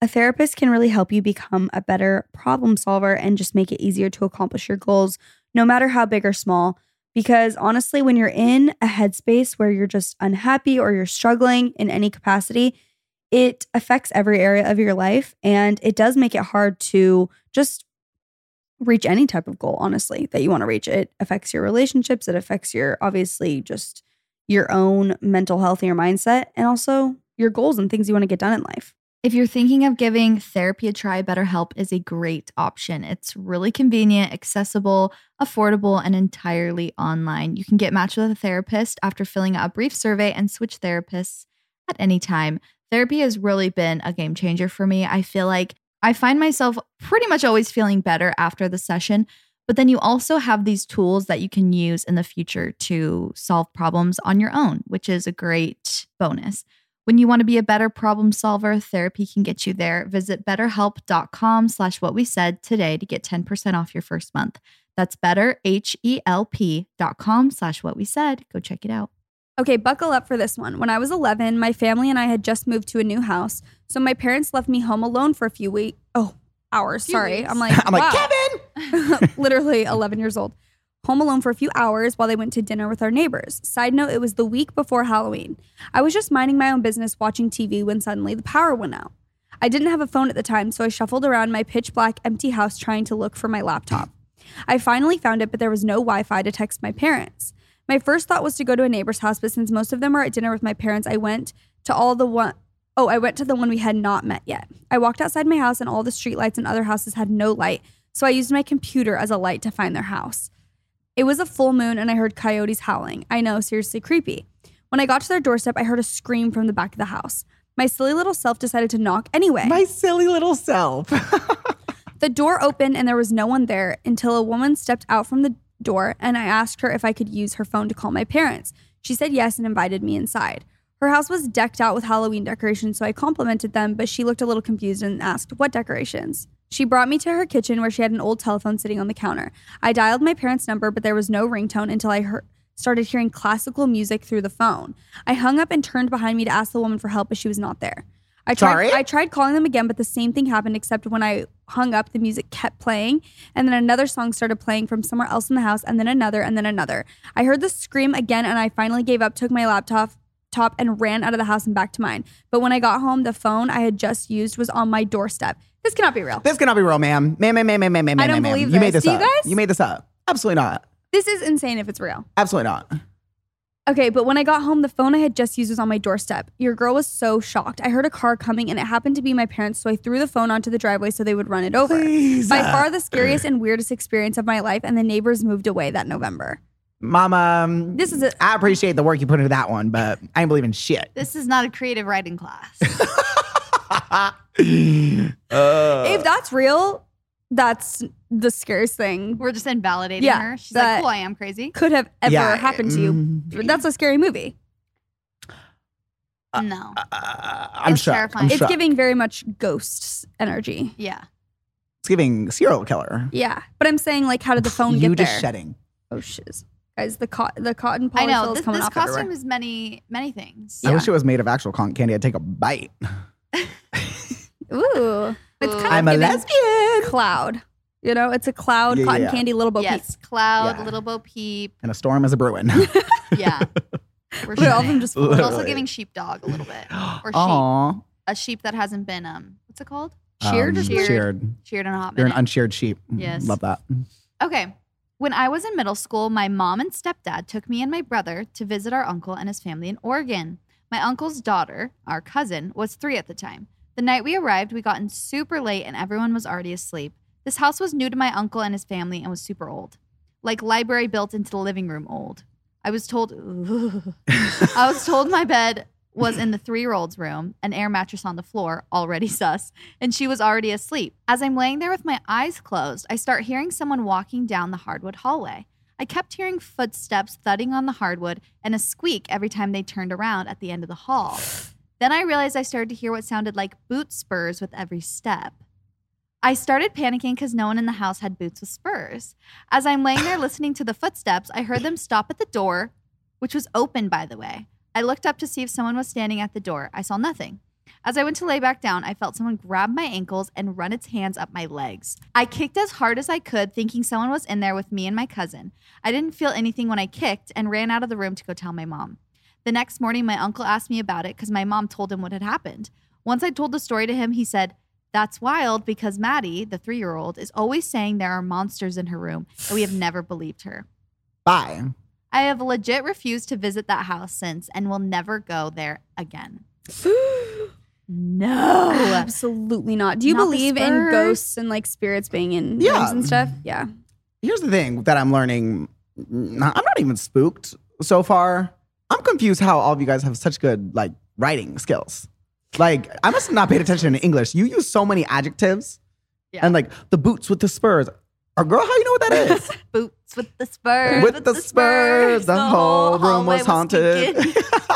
Speaker 3: a therapist can really help you become a better problem solver and just make it easier to accomplish your goals, no matter how big or small. Because honestly, when you're in a headspace where you're just unhappy or you're struggling in any capacity, it affects every area of your life and it does make it hard to just reach any type of goal, honestly, that you want to reach. It affects your relationships, it affects your obviously just your own mental health and your mindset, and also your goals and things you want to get done in life.
Speaker 1: If you're thinking of giving therapy a try, BetterHelp is a great option. It's really convenient, accessible, affordable, and entirely online. You can get matched with a therapist after filling out a brief survey and switch therapists at any time. Therapy has really been a game changer for me. I feel like I find myself pretty much always feeling better after the session, but then you also have these tools that you can use in the future to solve problems on your own, which is a great bonus. When you want to be a better problem solver, therapy can get you there. Visit betterhelp.com slash what we said today to get 10% off your first month. That's E betterhelp.com slash what we said. Go check it out.
Speaker 3: Okay, buckle up for this one. When I was 11, my family and I had just moved to a new house, so my parents left me home alone for a few weeks. Oh, hours.
Speaker 4: Few
Speaker 3: sorry,
Speaker 4: weeks.
Speaker 3: I'm like
Speaker 2: I'm like,
Speaker 3: wow.
Speaker 2: Kevin!
Speaker 3: literally 11 years old, home alone for a few hours while they went to dinner with our neighbors. Side note, it was the week before Halloween. I was just minding my own business watching TV when suddenly the power went out. I didn't have a phone at the time, so I shuffled around my pitch black empty house trying to look for my laptop. I finally found it, but there was no Wi Fi to text my parents. My first thought was to go to a neighbor's house, but since most of them are at dinner with my parents, I went to all the one oh, I went to the one we had not met yet. I walked outside my house and all the streetlights and other houses had no light, so I used my computer as a light to find their house. It was a full moon and I heard coyotes howling. I know, seriously creepy. When I got to their doorstep, I heard a scream from the back of the house. My silly little self decided to knock anyway.
Speaker 5: My silly little self.
Speaker 3: the door opened and there was no one there until a woman stepped out from the door and I asked her if I could use her phone to call my parents. She said yes and invited me inside. Her house was decked out with Halloween decorations, so I complimented them, but she looked a little confused and asked, What decorations? She brought me to her kitchen where she had an old telephone sitting on the counter. I dialed my parents' number, but there was no ringtone until I heard, started hearing classical music through the phone. I hung up and turned behind me to ask the woman for help, but she was not there. I tried,
Speaker 2: Sorry?
Speaker 3: I tried calling them again, but the same thing happened, except when I hung up, the music kept playing, and then another song started playing from somewhere else in the house, and then another, and then another. I heard the scream again, and I finally gave up, took my laptop, top, and ran out of the house and back to mine. But when I got home, the phone I had just used was on my doorstep. This cannot be real.
Speaker 2: This cannot be real, ma'am. Ma'am, ma'am, ma'am, ma'am, ma'am, ma'am.
Speaker 3: I don't
Speaker 2: ma'am.
Speaker 3: believe
Speaker 2: You made
Speaker 3: this.
Speaker 2: this
Speaker 3: Do you
Speaker 2: up.
Speaker 3: guys?
Speaker 2: You made this up. Absolutely not.
Speaker 3: This is insane if it's real.
Speaker 2: Absolutely not.
Speaker 3: Okay, but when I got home, the phone I had just used was on my doorstep. Your girl was so shocked. I heard a car coming and it happened to be my parents, so I threw the phone onto the driveway so they would run it over.
Speaker 2: Please.
Speaker 3: By far the scariest and weirdest experience of my life, and the neighbors moved away that November.
Speaker 2: Mama, um,
Speaker 3: This is a
Speaker 2: I appreciate the work you put into that one, but I ain't believing shit.
Speaker 1: This is not a creative writing class.
Speaker 2: Uh.
Speaker 3: if that's real, that's the scariest thing
Speaker 1: We're just invalidating
Speaker 3: Yeah,
Speaker 1: her. She's
Speaker 3: that-
Speaker 1: like, cool, I am crazy.
Speaker 3: could have ever
Speaker 2: Yeah,
Speaker 3: happened to you.
Speaker 2: mm,
Speaker 3: That's a scary movie.
Speaker 1: no.
Speaker 2: uh, I'm
Speaker 1: That's
Speaker 2: shocked.
Speaker 1: terrifying.
Speaker 2: I'm
Speaker 3: It's
Speaker 2: shocked.
Speaker 3: giving very much ghosts energy.
Speaker 1: Yeah.
Speaker 2: It's giving serial killer.
Speaker 3: Yeah, but I'm saying like, how did the phone
Speaker 2: you
Speaker 3: get
Speaker 2: just
Speaker 3: there?
Speaker 2: shedding.
Speaker 3: Oh shiz, guys, the co- the cotton
Speaker 1: I
Speaker 3: polyfill
Speaker 1: know.
Speaker 3: is
Speaker 1: This,
Speaker 3: coming
Speaker 1: this
Speaker 3: off
Speaker 1: costume
Speaker 3: everywhere.
Speaker 1: is many, many things.
Speaker 2: I
Speaker 3: Yeah.
Speaker 2: wish it was made of actual cotton candy. I'd take a bite.
Speaker 3: Ooh, it's kind
Speaker 2: I'm
Speaker 3: of
Speaker 2: a
Speaker 3: giving
Speaker 2: lesbian.
Speaker 3: cloud. You know, it's a cloud
Speaker 2: Yeah,
Speaker 3: cotton
Speaker 2: yeah.
Speaker 3: candy little bo peep.
Speaker 1: Yes. Cloud,
Speaker 2: Yeah.
Speaker 1: Little Bo Peep.
Speaker 2: And a storm is a brewing.
Speaker 1: Yeah. We're
Speaker 3: Look at all of
Speaker 1: shedding.
Speaker 3: them just.
Speaker 1: It's also
Speaker 2: Literally.
Speaker 1: giving sheepdog a little bit. Or sheep.
Speaker 2: Aw.
Speaker 1: A sheep that hasn't been, um, what's it called?
Speaker 3: Sheared or
Speaker 2: Um,
Speaker 3: sheared?
Speaker 2: sheared.
Speaker 1: Sheared in a hot
Speaker 2: You're an
Speaker 1: minute.
Speaker 2: unsheared sheep. Mm,
Speaker 1: Yes.
Speaker 2: Love that.
Speaker 1: Okay. When I was in middle school, my mom and stepdad took me and my brother to visit our uncle and his family in Oregon. My uncle's daughter, our cousin, was three at the time. The night we arrived, we got in super late and everyone was already asleep. This house was new to my uncle and his family and was super old. Like library built into the living room old. I was told I was told my bed was in the three year old's room, an air mattress on the floor, already sus, and she was already asleep. As I'm laying there with my eyes closed, I start hearing someone walking down the hardwood hallway. I kept hearing footsteps thudding on the hardwood and a squeak every time they turned around at the end of the hall. Then I realized I started to hear what sounded like boot spurs with every step. I started panicking because no one in the house had boots with spurs. As I'm laying there listening to the footsteps, I heard them stop at the door, which was open, by the way. I looked up to see if someone was standing at the door. I saw nothing. As I went to lay back down, I felt someone grab my ankles and run its hands up my legs. I kicked as hard as I could, thinking someone was in there with me and my cousin. I didn't feel anything when I kicked and ran out of the room to go tell my mom. The next morning, my uncle asked me about it because my mom told him what had happened. Once I told the story to him, he said, That's wild because Maddie, the three year old, is always saying there are monsters in her room, and we have never believed her.
Speaker 2: Bye.
Speaker 1: I have legit refused to visit that house since and will never go there again. no.
Speaker 3: Absolutely not. Do you
Speaker 1: Not the
Speaker 3: believe in
Speaker 1: spurs.
Speaker 3: ghosts and like spirits being in
Speaker 2: Yeah.
Speaker 3: rooms and stuff? Yeah.
Speaker 2: Here's the thing that I'm learning. N- I'm not even spooked so far. I'm confused how all of you guys have such good like writing skills. Like I must have not paid attention in English. You use so many adjectives,
Speaker 1: Yeah.
Speaker 2: and like the boots with the spurs. Or girl, how you know what that is?
Speaker 1: Boots with the spurs.
Speaker 2: with the spurs, the whole room
Speaker 1: hallway
Speaker 2: was haunted.
Speaker 1: speaking.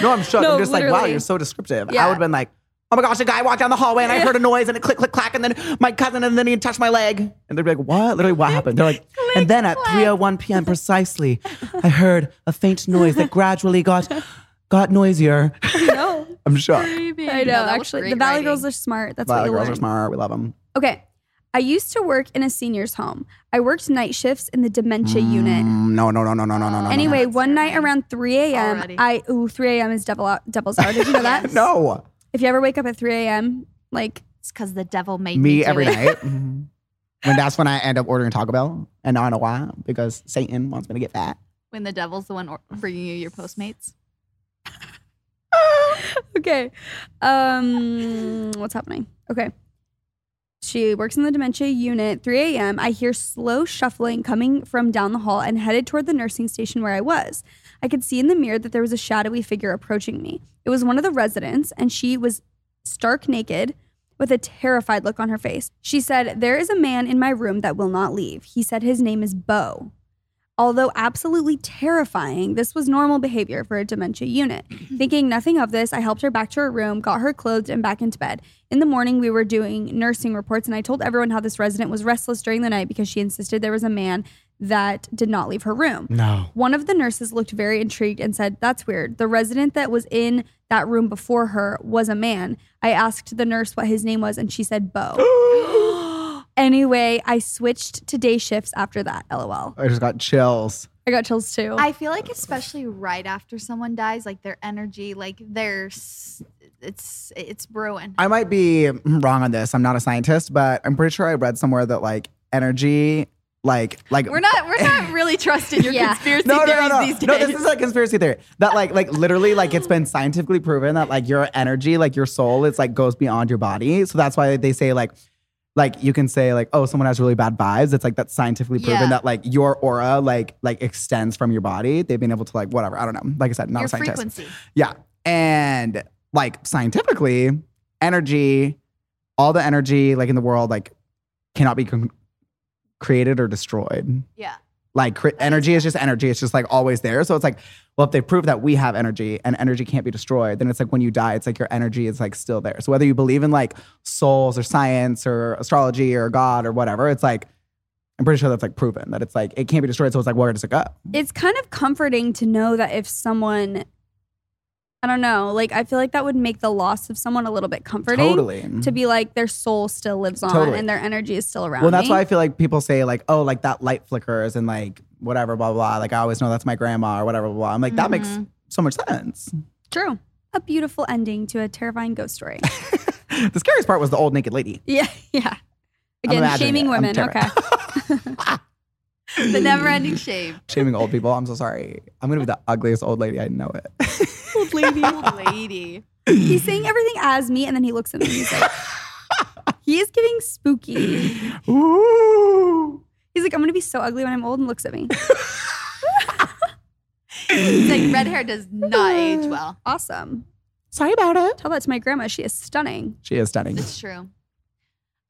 Speaker 2: no, I'm shook.
Speaker 3: No,
Speaker 2: I'm just like, wow,
Speaker 3: literally.
Speaker 2: you're so descriptive.
Speaker 3: Yeah.
Speaker 2: I would have been like, oh my gosh, a guy walked down the hallway and I heard a noise and it click, click, clack, and then my cousin and then he touched my leg. And they'd be like, what? Literally, what happened? They're like, and then at 3:01 p.m. precisely, I heard a faint noise that gradually got got noisier.
Speaker 3: No,
Speaker 2: I'm shocked.
Speaker 3: I know.
Speaker 1: No, that was
Speaker 3: actually, the
Speaker 1: great
Speaker 3: Valley
Speaker 1: writing.
Speaker 3: Girls are smart. That's
Speaker 2: Violet
Speaker 3: what you
Speaker 2: girls
Speaker 3: learn.
Speaker 2: are smart. We love them.
Speaker 3: Okay. I used to work in a senior's home. I worked night shifts in the dementia
Speaker 2: Mm,
Speaker 3: unit.
Speaker 2: No, no, no, no, no, no, no, no.
Speaker 3: Anyway,
Speaker 1: that's
Speaker 3: one night
Speaker 1: terrifying.
Speaker 3: around 3 a.m.,
Speaker 1: Already.
Speaker 3: I, ooh, 3 a.m. is devil, devil's hour. Did you know that?
Speaker 2: No.
Speaker 3: If you ever wake up at 3 a.m., like,
Speaker 1: It's because the devil made me,
Speaker 2: Me
Speaker 1: do
Speaker 2: every
Speaker 1: it.
Speaker 2: night. Mhm. And that's when I end up ordering Taco Bell. And now I know why. Because Satan wants me to get fat.
Speaker 1: When the devil's the one or- bringing you your Postmates.
Speaker 3: okay. Um, what's happening? Okay. She works in the dementia unit. 3 a.m. I hear slow shuffling coming from down the hall and headed toward the nursing station where I was. I could see in the mirror that there was a shadowy figure approaching me. It was one of the residents, and she was stark naked with a terrified look on her face. She said, There is a man in my room that will not leave. He said his name is Bo. Although absolutely terrifying, this was normal behavior for a dementia unit. Thinking nothing of this, I helped her back to her room, got her clothed, and back into bed. In the morning, we were doing nursing reports, and I told everyone how this resident was restless during the night because she insisted there was a man that did not leave her room.
Speaker 2: No.
Speaker 3: One of the nurses looked very intrigued and said, That's weird. The resident that was in that room before her was a man. I asked the nurse what his name was, and she said, Bo. anyway, I switched to day shifts after that. LOL.
Speaker 2: I just got chills.
Speaker 3: I got chills
Speaker 2: Oh.
Speaker 3: too.
Speaker 1: I feel like especially right after someone dies, like their energy, like their s- it's it's brewing.
Speaker 2: I might be wrong on this. I'm not a scientist, but I'm pretty sure I read somewhere that like energy, like like
Speaker 1: We're not we're not really trusting your
Speaker 3: Yeah.
Speaker 1: conspiracy
Speaker 2: no, no,
Speaker 1: theories
Speaker 2: no, no.
Speaker 1: these days.
Speaker 2: No, this is a conspiracy theory. That like like literally like it's been scientifically proven that like your energy, like your soul, it's like goes beyond your body. So that's why they say like like you can say like oh someone has really bad vibes. It's like that's scientifically proven
Speaker 1: Yeah.
Speaker 2: that like your aura like like extends from your body. They've been able to like whatever. I don't know. Like I said, not
Speaker 1: your
Speaker 2: a scientist.
Speaker 1: frequency.
Speaker 2: Yeah. And like scientifically, energy, all the energy like in the world like cannot be con- created or destroyed.
Speaker 1: Yeah.
Speaker 2: Like cre- energy is just energy. It's just like always there. So it's like, well, if they prove that we have energy and energy can't be destroyed, then it's like when you die, it's like your energy is like still there. So whether you believe in like souls or science or astrology or God or whatever, it's like I'm pretty sure that's like proven that it's like it can't be destroyed. So it's like where does it go?
Speaker 3: it's kind of comforting to know that if someone, I don't know, like I feel like that would make the loss of someone a little bit comforting.
Speaker 2: Totally.
Speaker 3: To be like their soul still lives on
Speaker 2: Totally.
Speaker 3: and their energy is still around.
Speaker 2: Well, that's
Speaker 3: me.
Speaker 2: why I feel like people say like, oh, like that light flickers and like whatever, blah blah. blah. Like I always know that's my grandma or whatever, blah. blah. I'm like that makes
Speaker 3: Mm-hmm.
Speaker 1: Mhm.
Speaker 2: so much sense.
Speaker 3: True. A beautiful ending to a terrifying ghost story.
Speaker 2: the scariest part was the old naked lady.
Speaker 3: yeah, yeah. Again,
Speaker 2: imagining
Speaker 3: shaming
Speaker 2: it. I'm
Speaker 3: women. Okay.
Speaker 2: terrified.
Speaker 1: The never ending shame.
Speaker 2: Shaming old people. I'm so sorry. I'm gonna be the ugliest old lady. I know it.
Speaker 1: Old lady. Old lady.
Speaker 3: He's saying everything as me, and then he looks at me and he's like, he is giving spooky.
Speaker 2: Ooh.
Speaker 3: He's like, I'm gonna be so ugly when I'm old, and looks at me.
Speaker 1: It's like red hair does not age well.
Speaker 3: Awesome.
Speaker 2: Sorry about it.
Speaker 3: Tell that to my grandma. She is stunning.
Speaker 2: She is stunning.
Speaker 1: It's true.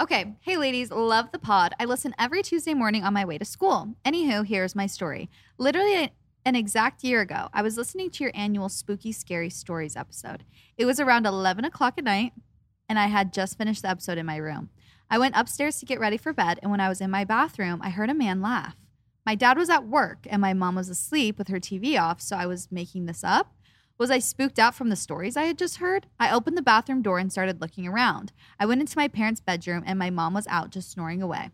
Speaker 1: Okay. Hey, ladies, love the pod. I listen every Tuesday morning on my way to school. Anywho, here's my story. Literally an exact year ago, I was listening to your annual Spooky Scary Stories episode. It was around 11 o'clock at night, and I had just finished the episode in my room. I went upstairs to get ready for bed, and when I was in my bathroom, I heard a man laugh. My dad was at work, and my mom was asleep with her TV off, so I was making this up. Was I spooked out from the stories I had just heard? I opened the bathroom door and started looking around. I went into my parents' bedroom and my mom was out just snoring away.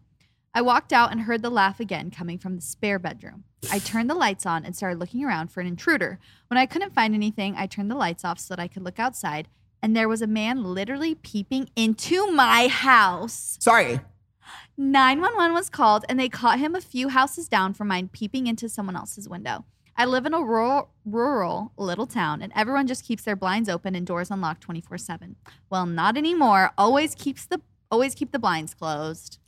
Speaker 1: I walked out and heard the laugh again coming from the spare bedroom. I turned the lights on and started looking around for an intruder. When I couldn't find anything, I turned the lights off so that I could look outside, and there was a man literally peeping into my house.
Speaker 2: Sorry.
Speaker 1: 911 was called and they caught him a few houses down from mine peeping into someone else's window. I live in a rural, rural little town and everyone just keeps their blinds open and doors unlocked 24/7. Well, not anymore. Always keeps the always keep the blinds closed.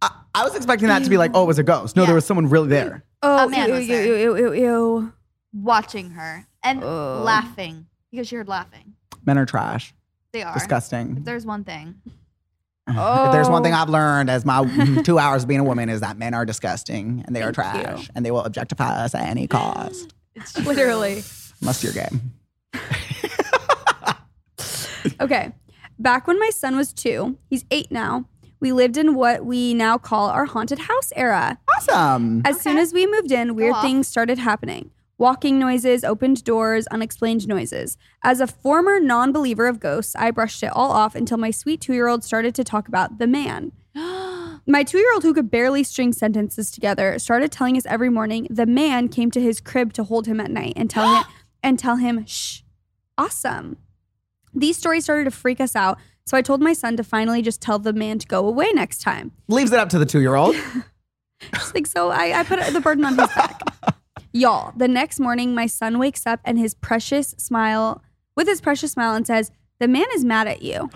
Speaker 2: I, I was expecting that to be like, oh, it was a ghost. No,
Speaker 1: Yeah.
Speaker 2: there was someone really there.
Speaker 3: Oh,
Speaker 1: A man
Speaker 3: ew,
Speaker 1: was
Speaker 3: ew,
Speaker 1: there.
Speaker 3: ew, ew, ew, ew.
Speaker 1: Watching her and
Speaker 3: Oh.
Speaker 1: laughing because you heard laughing.
Speaker 2: Men are trash.
Speaker 1: They are.
Speaker 2: Disgusting.
Speaker 1: If there's one thing.
Speaker 2: If there's one thing
Speaker 3: Oh.
Speaker 2: I've learned as my two hours being a woman is that men are disgusting and they are
Speaker 3: Thank you.
Speaker 2: trash and they will objectify us at any cost.
Speaker 1: It's true.
Speaker 3: Oh, Literally.
Speaker 2: Unless you're gay.
Speaker 3: Okay. Back when my son was two, he's eight now, we lived in what we now call our haunted house era.
Speaker 2: Awesome.
Speaker 3: As soon
Speaker 1: Okay.
Speaker 3: as we moved in, weird
Speaker 1: off.
Speaker 3: things started happening. Walking noises, opened doors, unexplained noises. As a former non believer of ghosts, I brushed it all off until my sweet two year old started to talk about the man. My two year old, who could barely string sentences together, started telling us every morning the man came to his crib to hold him at night and tell him and tell him, shh, awesome. These stories started to freak us out, so I told my son to finally just tell the man to go away next time.
Speaker 2: Leaves it up to the two year old.
Speaker 3: Just like so, I, I put the burden on his back. Y'all, the next morning, my son wakes up and his precious smile, with his precious smile, and says, "The man is mad at you."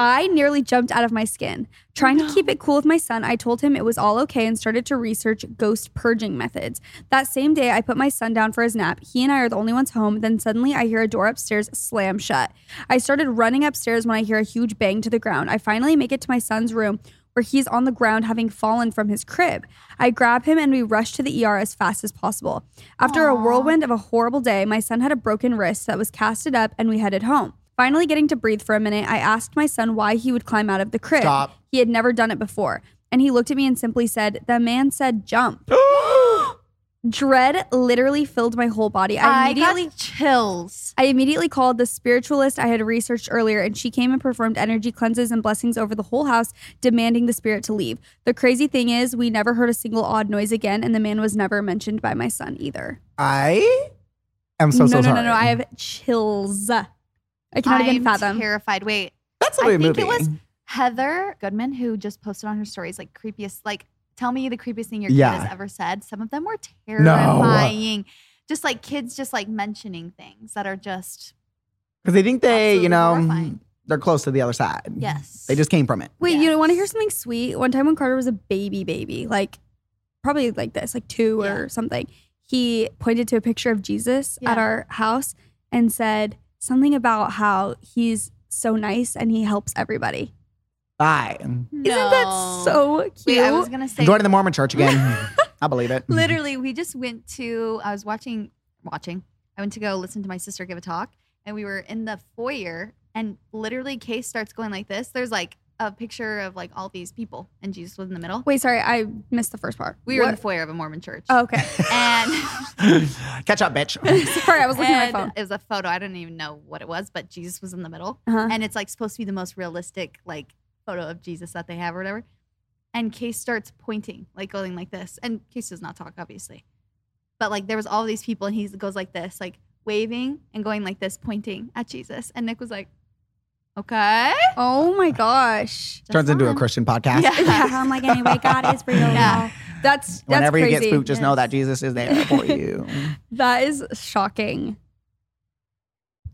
Speaker 3: I nearly jumped out of my skin. Trying to keep it cool with my son, I told him it was all okay and started to research ghost purging methods. That same day, I put my son down for his nap. He and I are the only ones home. Then suddenly, I hear a door upstairs slam shut. I started running upstairs when I hear a huge bang to the ground. I finally make it to my son's room where he's on the ground having fallen from his crib. I grab him and we rush to the ER as fast as possible. After a whirlwind of a horrible day, my son had a broken wrist that was casted up and we headed home. Finally getting to breathe for a minute, I asked my son why he would climb out of the crib.
Speaker 2: Stop.
Speaker 3: He had never done it before. And he looked at me and simply said, The man said jump. Dread literally filled my whole body. I
Speaker 1: I
Speaker 3: immediately
Speaker 1: got chills.
Speaker 3: I immediately called the spiritualist I had researched earlier, and she came and performed energy cleanses and blessings over the whole house, demanding the spirit to leave. The crazy thing is, we never heard a single odd noise again, and the man was never mentioned by my son either.
Speaker 2: I am so
Speaker 3: no,
Speaker 2: so
Speaker 3: no,
Speaker 2: sorry.
Speaker 3: no, no, I have chills. I cannot
Speaker 1: I'm
Speaker 3: even fathom.
Speaker 1: Terrified. Wait,
Speaker 2: That's
Speaker 1: I
Speaker 2: literally a
Speaker 1: think
Speaker 2: movie.
Speaker 1: it was Heather Goodman who just posted on her stories like creepiest, like tell me the creepiest thing your
Speaker 2: Yeah.
Speaker 1: kid has ever said. Some of them were terrifying. Just like kids just like mentioning things that are just
Speaker 2: because they think they,
Speaker 1: Absolutely
Speaker 2: you know, mm-hmm,
Speaker 1: horrifying.
Speaker 2: they're close to the other side.
Speaker 3: Mm-hmm.
Speaker 1: yes.
Speaker 2: They just came from it.
Speaker 3: Wait,
Speaker 1: Yes.
Speaker 3: you want to hear something sweet? One time when Carter was a baby, baby, like probably like this, like two or something, he pointed to a picture of Jesus at
Speaker 1: Yeah.
Speaker 3: our house and said something about how he's so nice and he helps everybody.
Speaker 2: Bye.
Speaker 3: Isn't that
Speaker 1: No.
Speaker 3: so cute?
Speaker 1: Wait, I was gonna say
Speaker 2: Joining the Mormon Church again. I believe it.
Speaker 3: Mm-hmm.
Speaker 1: literally we just went to i was watching watching i went to go listen to my sister give a talk and we were in the foyer and literally case starts going like this there's like a picture of like all these people and jesus was in the middle
Speaker 3: Wait, sorry, I missed the first part.
Speaker 1: we were in
Speaker 3: What?
Speaker 1: the foyer of a mormon church
Speaker 3: Oh, okay.
Speaker 1: and
Speaker 2: Catch up, bitch.
Speaker 3: sorry, I was looking at
Speaker 1: and
Speaker 3: my phone.
Speaker 1: it was a photo i don't even know what it was but jesus was in the middle
Speaker 3: Uh-huh.
Speaker 1: and it's like supposed to be the most realistic like photo of jesus that they have or whatever and case starts pointing like going like this and case does not talk obviously but like there was all these people and he goes like this like waving and going like this pointing at jesus and nick was like okay
Speaker 3: Oh my gosh.
Speaker 1: that's
Speaker 2: Turns into a
Speaker 1: on.
Speaker 2: Christian podcast.
Speaker 1: Yeah.
Speaker 3: Yeah, I'm like, anyway, God is real.
Speaker 1: Yeah.
Speaker 3: y'all. That's that's
Speaker 2: Whenever
Speaker 3: crazy.
Speaker 2: you get spooked, just know
Speaker 1: Yes.
Speaker 2: that Jesus is there for you.
Speaker 3: That is shocking.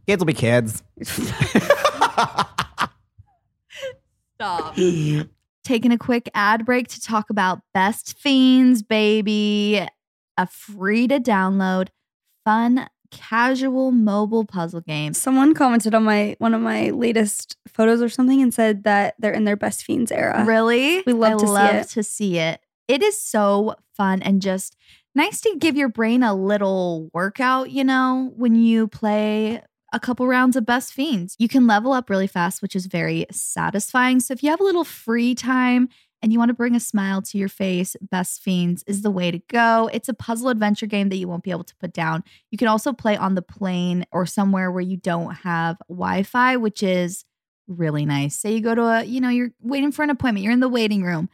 Speaker 2: kids will be kids.
Speaker 1: stop
Speaker 6: taking a quick ad break to talk about Best Fiends, baby. A free to download, fun, casual mobile puzzle game.
Speaker 3: Someone commented on my one of my latest photos or something and said that they're in their best fiends era.
Speaker 6: Really?
Speaker 3: We love
Speaker 6: I
Speaker 3: to see
Speaker 6: love
Speaker 3: it.
Speaker 6: to see it. It is so fun and just nice to give your brain a little workout, you know, when you play a couple rounds of Best Fiends. You can level up really fast, which is very satisfying. So if you have a little free time, and you want to bring a smile to your face, Best Fiends is the way to go. It's a puzzle adventure game that you won't be able to put down. You can also play on the plane or somewhere where you don't have Wi Fi, which is really nice. Say you go to a, you know, you're waiting for an appointment, you're in the waiting room.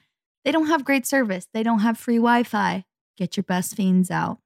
Speaker 6: They don't have great service, they don't have free Wi Fi. Get your best fiends out.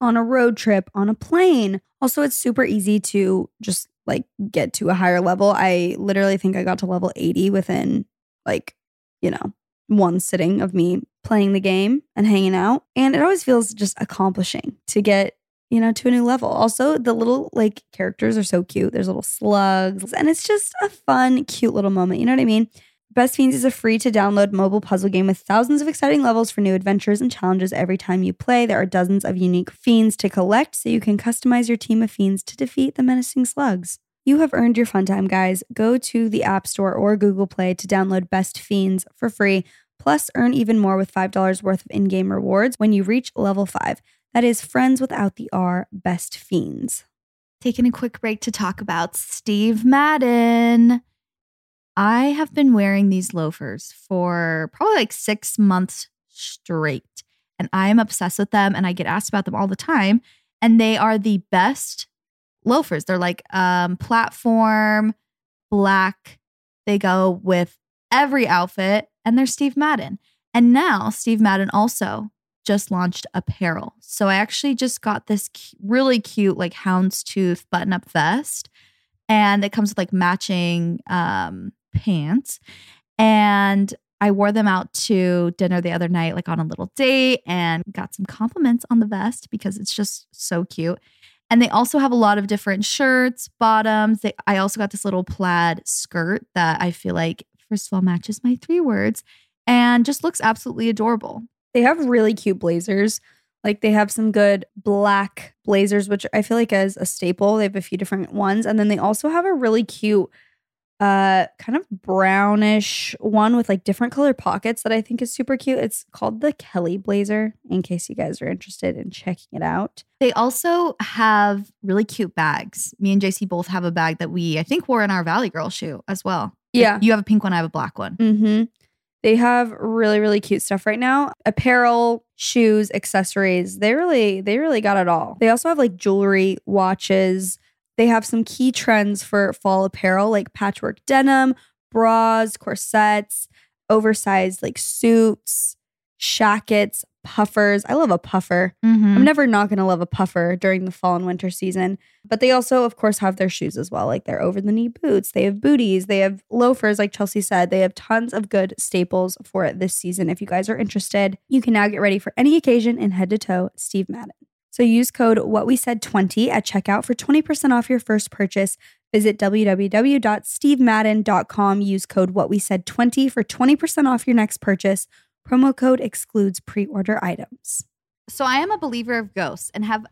Speaker 3: On a road trip, on a plane. Also, it's super easy to just like get to a higher level. I literally think I got to level 80 within like, you know, one sitting of me playing the game and hanging out. And it always feels just accomplishing to get, you know, to a new level. Also, the little like characters are so cute. There's little slugs, and it's just a fun, cute little moment. You know what I mean? Best Fiends is a free to download mobile puzzle game with thousands of exciting levels for new adventures and challenges every time you play. There are dozens of unique fiends to collect, so you can customize your team of fiends to defeat the menacing slugs. You have earned your fun time, guys. Go to the App Store or Google Play to download Best Fiends for free. Plus, earn even more with $5 worth of in game rewards when you reach level 5. That is Friends Without the R Best Fiends.
Speaker 6: Taking a quick break to talk about Steve Madden. I have been wearing these loafers for probably like six months straight, and I am obsessed with them. And I get asked about them all the time, and they are the best loafers. They're like um, platform black. They go with every outfit, and they're Steve Madden. And now Steve Madden also just launched apparel. So I actually just got this cu- really cute like houndstooth button up vest and it comes with like matching um pants and I wore them out to dinner the other night like on a little date and got some compliments on the vest because it's just so cute. And they also have a lot of different shirts, bottoms. They, I also got this little plaid skirt that I feel like, first of all, matches my three words and just looks absolutely adorable.
Speaker 3: They have really cute blazers. Like they have some good black blazers, which I feel like is a staple. They have a few different ones. And then they also have a really cute, uh, kind of brownish one with like different colored pockets that I think is super cute. It's called the Kelly blazer, in case you guys are interested in checking it out.
Speaker 6: They also have really cute bags. Me and JC both have a bag that we, I think, wore in our Valley Girl shoot as well.
Speaker 3: Yeah.
Speaker 6: You have a pink one, I have a black one.
Speaker 3: Mm-hmm. They have really, really cute stuff right now. Apparel, shoes, accessories. They really, they really got it all. They also have like jewelry, watches. They have some key trends for fall apparel, like patchwork denim, bras, corsets, oversized like suits, shackets, puffers. I love a puffer.
Speaker 1: Mm-hmm.
Speaker 3: I'm never not going to love a puffer during the fall and winter season. But they also, of course, have their shoes as well. Like their over the knee boots, they have booties, they have loafers, like Chelsea said. They have tons of good staples for this season. If you guys are interested, you can now get ready for any occasion in head to toe Steve Madden. So use code what we said 20 at checkout for 20% off your first purchase. Visit www.stevemadden.com. Use code what we said 20 for 20% off your next purchase. Promo code excludes pre order items.
Speaker 1: So I am a believer of ghosts and have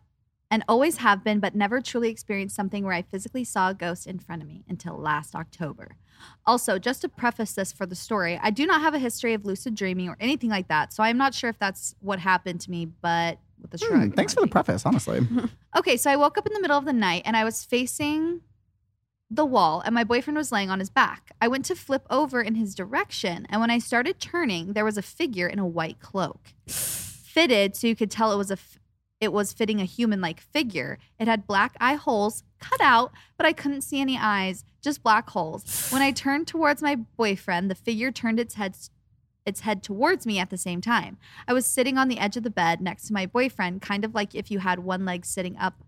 Speaker 1: and always have been, but never truly experienced something where I physically saw a ghost in front of me until last October. Also, just to preface this for the story, I do not have a history of lucid dreaming or anything like that, so I'm not sure if that's what happened to me, but with a
Speaker 2: Hmm,
Speaker 1: shrug.
Speaker 2: thanks for the
Speaker 1: emoji.
Speaker 2: preface, honestly.
Speaker 1: Okay, so I woke up in the middle of the night and I was facing the wall and my boyfriend was laying on his back. I went to flip over in his direction and when I started turning, there was a figure in a white cloak. Fitted so you could tell it was a f- it was fitting a human-like figure. It had black eye holes cut out, but I couldn't see any eyes, just black holes. When I turned towards my boyfriend, the figure turned its head its head towards me at the same time. I was sitting on the edge of the bed next to my boyfriend, kind of like if you had one leg sitting up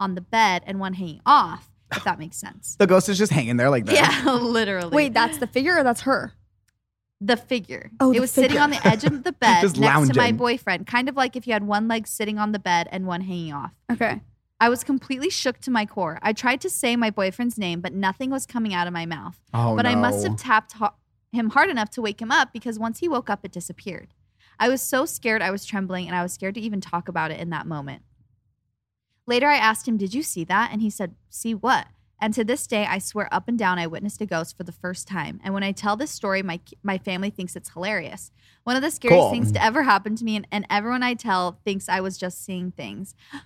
Speaker 1: on the bed and one hanging off, if that makes sense.
Speaker 2: The ghost is just hanging there like that.
Speaker 1: yeah, literally.
Speaker 3: Wait, that's the figure or that's her?
Speaker 1: the figure.
Speaker 3: Oh,
Speaker 1: it
Speaker 3: the
Speaker 1: was sitting
Speaker 3: figure.
Speaker 1: on the edge of the bed
Speaker 2: Just
Speaker 1: next to my
Speaker 2: lounging.
Speaker 1: boyfriend, kind of like if you had one leg sitting on the bed and one hanging off.
Speaker 3: Okay.
Speaker 1: I was completely shook to my core. I tried to say my boyfriend's name, but nothing was coming out of my mouth.
Speaker 2: Oh,
Speaker 1: but I must
Speaker 2: no.
Speaker 1: have tapped ha- him hard enough to wake him up because once he woke up, it disappeared. I was so scared, I was trembling, and I was scared to even talk about it in that moment. Later, I asked him, Did you see that? And he said, See what? And to this day, I swear up and down, I witnessed a ghost for the first time. And when I tell this story, my, my family thinks it's hilarious. One of the scariest
Speaker 2: Cool.
Speaker 1: things to ever happen to me, and, and everyone I tell thinks I was just seeing things.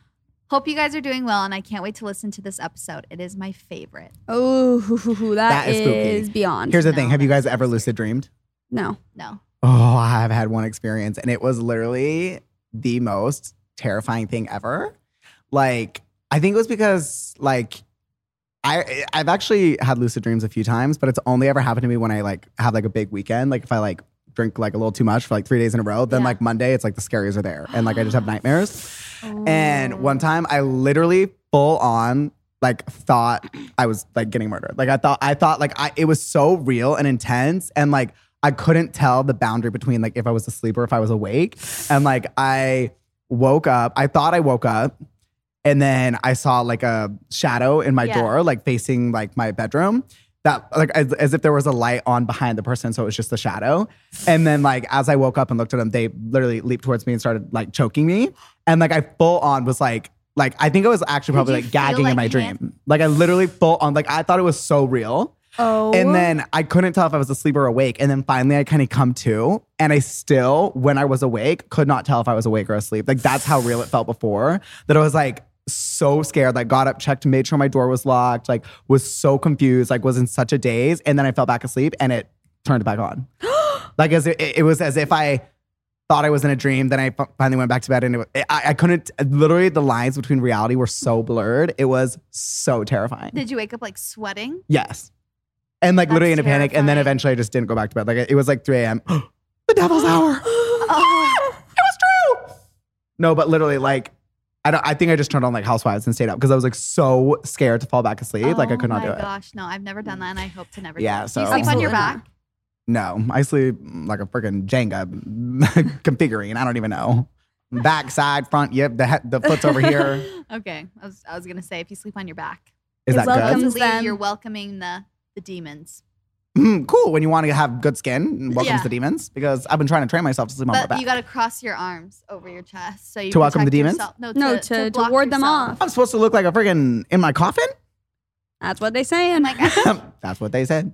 Speaker 1: Hope you guys are doing well, and I can't wait to listen to this episode. It is my favorite.
Speaker 3: Oh,
Speaker 2: That is
Speaker 3: is,
Speaker 2: spooky.
Speaker 3: beyond.
Speaker 2: Here's the thing
Speaker 1: No,
Speaker 2: Have you guys
Speaker 1: that's
Speaker 2: ever
Speaker 1: scary.
Speaker 2: lucid dreamed?
Speaker 3: no.
Speaker 1: No.
Speaker 2: Oh, I've had one experience, and it was literally the most terrifying thing ever. Like, I think it was because like I I've actually had lucid dreams a few times, but it's only ever happened to me when I like have like a big weekend. Like if I like drink like a little too much for like three days in a row, then
Speaker 1: Yeah.
Speaker 2: like Monday it's like the scaries are there, and like I just have nightmares. And one time I literally full on like thought I was like getting murdered. Like I thought I thought like I it was so real and intense and like I couldn't tell the boundary between like if I was asleep or if I was awake. And like I woke up, I thought I woke up and then I saw like a shadow in my
Speaker 1: Yeah.
Speaker 2: door like facing like my bedroom. That like as, as if there was a light on behind the person, so it was just a shadow. And then like as I woke up and looked at them, they literally leaped towards me and started like choking me. And like I full on was like, like I think I was actually
Speaker 1: Did
Speaker 2: probably
Speaker 1: you
Speaker 2: like
Speaker 1: feel
Speaker 2: gagging in
Speaker 1: like
Speaker 2: my
Speaker 1: hand-
Speaker 2: dream. Like I literally full on like I thought it was so real.
Speaker 3: Oh.
Speaker 2: And then I couldn't tell if I was asleep or awake. And then finally I kind of come to and I still, when I was awake, could not tell if I was awake or asleep. Like that's how real it felt before that I was like so scared. Like got up, checked, made sure my door was locked, like was so confused, like was in such a daze. And then I fell back asleep and it turned it back on. like as it, it was as if I thought I was in a dream. Then I fi- finally went back to bed and it, wa- I, I couldn't, literally the lines between reality were so blurred. It was so terrifying.
Speaker 1: Did you wake up like sweating?
Speaker 2: Yes. And like
Speaker 1: That's
Speaker 2: literally in a panic. And then
Speaker 1: terrifying.
Speaker 2: eventually I just didn't go back to bed. Like it was like 3 a.m. the devil's hour.
Speaker 1: Oh,
Speaker 2: No, but literally like I don't I think I just turned on like housewives and stayed up because I was like so scared to fall back asleep. like I could not
Speaker 1: Oh my
Speaker 2: do it.
Speaker 1: Gosh, no, I've never done that, and I hope to never.
Speaker 2: Yeah,
Speaker 1: do it.
Speaker 2: so-
Speaker 1: do you sleep on your
Speaker 3: Absolutely
Speaker 1: back?
Speaker 2: No. I sleep like a freaking Jenga configuring. I don't even know. Back, side, front. Yep, the, he- the foot's over here.
Speaker 1: Okay, I was I was gonna say if you sleep on your back,
Speaker 2: Is that
Speaker 3: welcome-
Speaker 2: good?
Speaker 1: welcomes
Speaker 3: Welcomes them.
Speaker 1: You're welcoming the the demons,
Speaker 2: Mm, cool. When you want to have good skin, and welcomes
Speaker 1: Yeah.
Speaker 2: the demons because I've been trying to train myself to sleep on my
Speaker 1: but
Speaker 2: back.
Speaker 1: you gotta cross your arms over your chest so you
Speaker 2: To welcome the
Speaker 1: protect
Speaker 2: demons?
Speaker 1: yourself- No, to,
Speaker 3: No, to- to
Speaker 1: block
Speaker 3: ward them
Speaker 1: yourself.
Speaker 3: off.
Speaker 2: I'm supposed to look like a friggin' in my coffin?
Speaker 3: That's what they saying.
Speaker 1: Like I,
Speaker 2: That's what they said.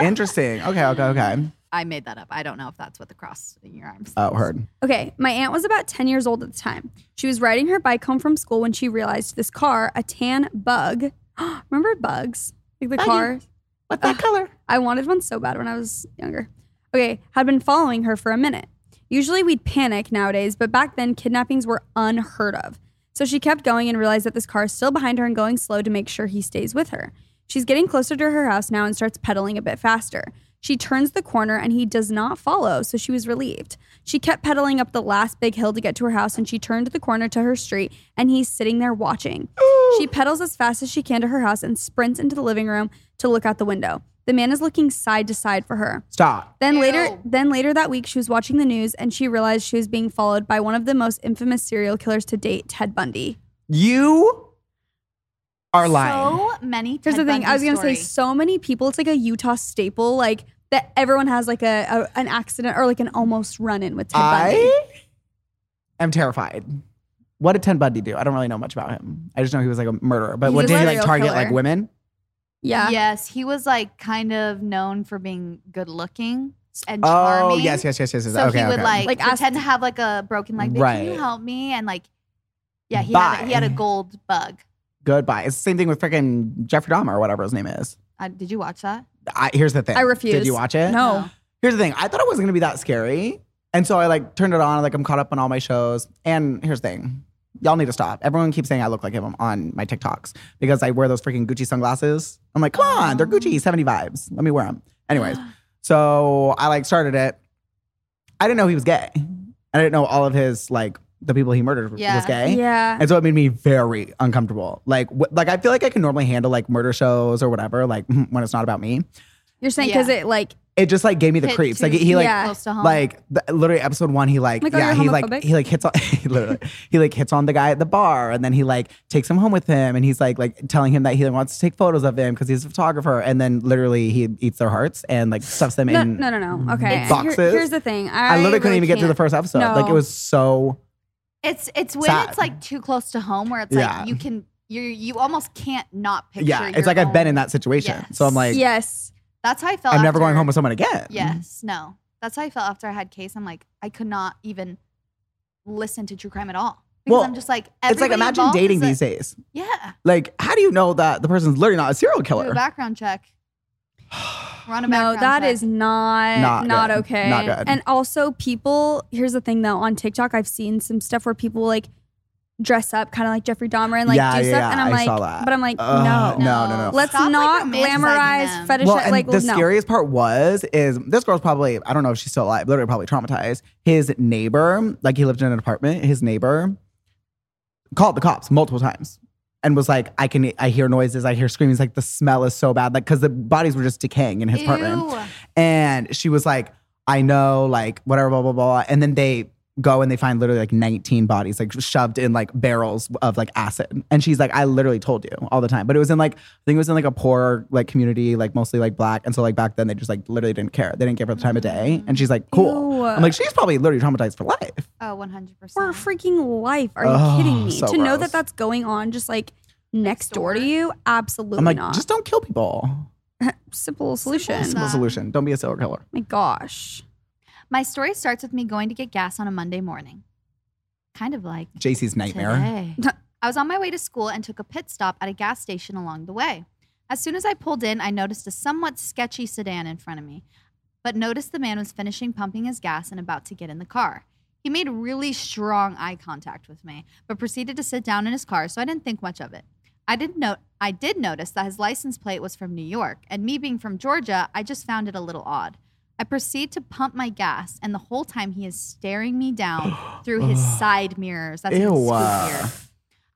Speaker 2: Interesting. Okay, okay, okay.
Speaker 1: I made that up. I don't know if that's what the cross in your arms.
Speaker 2: Oh, heard.
Speaker 3: Okay, my aunt was about 10 years old at the time. She was riding her bike home from school when she realized this car, a tan bug. Remember bugs? Like the car?
Speaker 2: What's that color?
Speaker 3: I wanted one so bad when I was younger. Okay, had been following her for a minute. Usually we'd panic nowadays, but back then kidnappings were unheard of. So she kept going and realized that this car is still behind her and going slow to make sure he stays with her. She's getting closer to her house now and starts pedaling a bit faster. She turns the corner and he does not follow, so she was relieved. She kept pedaling up the last big hill to get to her house and she turned the corner to her street and he's sitting there watching. She pedals as fast as she can to her house and sprints into the living room to look out the window. The man is looking side to side for her.
Speaker 2: Stop.
Speaker 3: Then
Speaker 1: Ew.
Speaker 3: later, then later that week, she was watching the news and she realized she was being followed by one of the most infamous serial killers to date, Ted Bundy.
Speaker 2: You are lying.
Speaker 1: So many.
Speaker 3: Here's
Speaker 1: Ted
Speaker 3: the thing: I was
Speaker 1: Bundy
Speaker 3: gonna say
Speaker 1: stories.
Speaker 3: so many people. It's like a Utah staple, like that everyone has like a, a an accident or like an almost run in with Ted Bundy.
Speaker 2: I am terrified. What did Ted Bundy do? I don't really know much about him. I just know he was like a murderer. But
Speaker 3: He's
Speaker 2: what
Speaker 3: a
Speaker 2: did he like
Speaker 3: serial
Speaker 2: target
Speaker 3: killer.
Speaker 2: like women?
Speaker 3: Yeah.
Speaker 1: Yes, he was like kind of known for being good looking and
Speaker 2: Oh
Speaker 1: charming.
Speaker 2: yes, yes, yes, yes. yes.
Speaker 1: So
Speaker 2: okay,
Speaker 1: he would
Speaker 2: okay.
Speaker 1: like,
Speaker 3: Like,
Speaker 1: like
Speaker 3: ask-
Speaker 1: pretend to have like a broken leg. "Babe, Can
Speaker 2: Right.
Speaker 1: you help me? And like, yeah, he had a, he
Speaker 2: Bye.
Speaker 1: had a gold bug.
Speaker 2: goodbye. It's the same thing with freaking Jeffrey Dahmer or whatever his name is.
Speaker 1: Uh, did you watch that?
Speaker 2: I, here's the thing.
Speaker 3: I refuse.
Speaker 2: Did you watch it?
Speaker 3: No.
Speaker 2: here's the thing. I thought it wasn't gonna be that scary, and so I like turned it on. Like I'm caught up on all my shows. And here's the thing, y'all need to stop. Everyone keeps saying I look like him on my TikToks because I wear those freaking Gucci sunglasses. I'm like, come on, they're Gucci 70 vibes. Let me wear them. Anyways, so I like started it. I didn't know he was gay. I didn't know all of his like the people he murdered
Speaker 1: Yeah.
Speaker 2: was gay.
Speaker 3: Yeah.
Speaker 2: And so it made me very uncomfortable. Like, wh- like I feel like I can normally handle like murder shows or whatever, like when it's not about me.
Speaker 3: You're saying because
Speaker 1: Yeah.
Speaker 3: it like
Speaker 2: It just like gave me the
Speaker 1: Hit
Speaker 2: creeps.
Speaker 1: too
Speaker 2: Like he like
Speaker 3: Yeah.
Speaker 1: close to home.
Speaker 2: like the, literally episode one. He like
Speaker 3: Uh-huh. Like, oh,
Speaker 2: yeah
Speaker 3: you're
Speaker 2: he like
Speaker 3: homophobic?
Speaker 2: he like hits on literally he like hits on the guy at the bar and then he like takes him home with him and he's like like telling him that he wants to take photos of him because he's a photographer and then literally he eats their hearts and like stuffs them
Speaker 3: no,
Speaker 2: in.
Speaker 3: no, no, no. Okay. Here-
Speaker 2: boxes.
Speaker 3: here's the thing. I,
Speaker 2: I literally couldn't
Speaker 3: really
Speaker 2: even get to the
Speaker 3: can't.
Speaker 2: first episode. Like it
Speaker 3: No.
Speaker 2: was so
Speaker 1: it's it's when
Speaker 2: sad.
Speaker 1: it's like too close to home where it's
Speaker 2: Yeah.
Speaker 1: like you can you you almost can't not picture.
Speaker 2: yeah.
Speaker 1: your
Speaker 2: It's like I've been
Speaker 1: own-
Speaker 2: in that situation, so I'm
Speaker 1: Yes.
Speaker 2: like
Speaker 3: Yes.
Speaker 1: That's how I felt.
Speaker 2: I'm never going
Speaker 1: after-
Speaker 2: home with Mm-hmm. someone again.
Speaker 1: Yes, no. That's how I felt after I had case. I'm like I could not even listen to true crime at all because
Speaker 2: Well,
Speaker 1: I'm just like
Speaker 2: It's like
Speaker 1: everybody
Speaker 2: imagine
Speaker 1: involved
Speaker 2: dating
Speaker 1: is a-
Speaker 2: these days.
Speaker 1: Yeah,
Speaker 2: Like, how do you know that the person's literally not a serial
Speaker 1: do
Speaker 2: killer?
Speaker 1: a background check. We're on a
Speaker 3: No,
Speaker 1: background
Speaker 3: that
Speaker 1: check.
Speaker 3: is not
Speaker 2: Not
Speaker 3: not,
Speaker 2: good.
Speaker 3: okay.
Speaker 2: Not good.
Speaker 3: And also, people. Here's the thing, though. On TikTok, I've seen some stuff where people like dress up, kind of like Jeffrey Dahmer, and like
Speaker 2: Yeah,
Speaker 3: do
Speaker 2: yeah,
Speaker 3: stuff.
Speaker 2: yeah.
Speaker 3: and I'm
Speaker 2: I
Speaker 3: like,
Speaker 2: saw that.
Speaker 3: but I'm like,
Speaker 2: Ugh,
Speaker 3: no.
Speaker 2: no, no, no.
Speaker 3: Let's
Speaker 1: Stop, like,
Speaker 3: not
Speaker 1: romanticizing
Speaker 3: glamorize,
Speaker 1: them.
Speaker 3: fetish.
Speaker 2: well, and
Speaker 3: like,
Speaker 2: the
Speaker 3: no.
Speaker 2: scariest part was is this girl's probably I don't know if she's still alive, literally probably traumatized. His neighbor, like he lived in an apartment, his neighbor called the cops multiple times and was like, I can I hear noises, I hear screamings, like the smell is so bad, like because the bodies were just decaying in his apartment.
Speaker 1: Ew.
Speaker 2: And she was like, I know, like, whatever, blah, blah, blah. And then they go and they find literally like 19 bodies, like shoved in like barrels of like acid. And she's like, I literally told you all the time. But it was in like, I think it was in like a poor like community, like mostly like black. And so like back then they just like literally didn't care. They didn't give her the time of day. And she's like, cool.
Speaker 3: Ew.
Speaker 2: I'm like, she's probably literally traumatized for life.
Speaker 1: Oh, 100 percent.
Speaker 3: for freaking life. Are you
Speaker 2: Ugh,
Speaker 3: kidding me?
Speaker 2: so
Speaker 3: to know
Speaker 2: gross.
Speaker 3: that that's going on, just like next door to
Speaker 1: door.
Speaker 3: you, absolutely
Speaker 2: I'm like,
Speaker 3: not.
Speaker 2: just don't kill people.
Speaker 3: simple solution.
Speaker 1: as
Speaker 2: Simple
Speaker 1: that.
Speaker 2: solution. Don't be a serial killer.
Speaker 3: My gosh.
Speaker 1: My story starts with me going to get gas on a Monday morning. Kind of like
Speaker 2: JC's nightmare.
Speaker 1: today. I was on my way to school and took a pit stop at a gas station along the way. As soon as I pulled in, I noticed a somewhat sketchy sedan in front of me, but noticed the man was finishing pumping his gas and about to get in the car. He made really strong eye contact with me, but proceeded to sit down in his car, so I didn't think much of it. I did note I did notice that his license plate was from New York, and me being from Georgia, I just found it a little odd. I proceed to pump my gas, and the whole time he is staring me down through his side mirrors. That's
Speaker 2: Ew.
Speaker 1: what's here.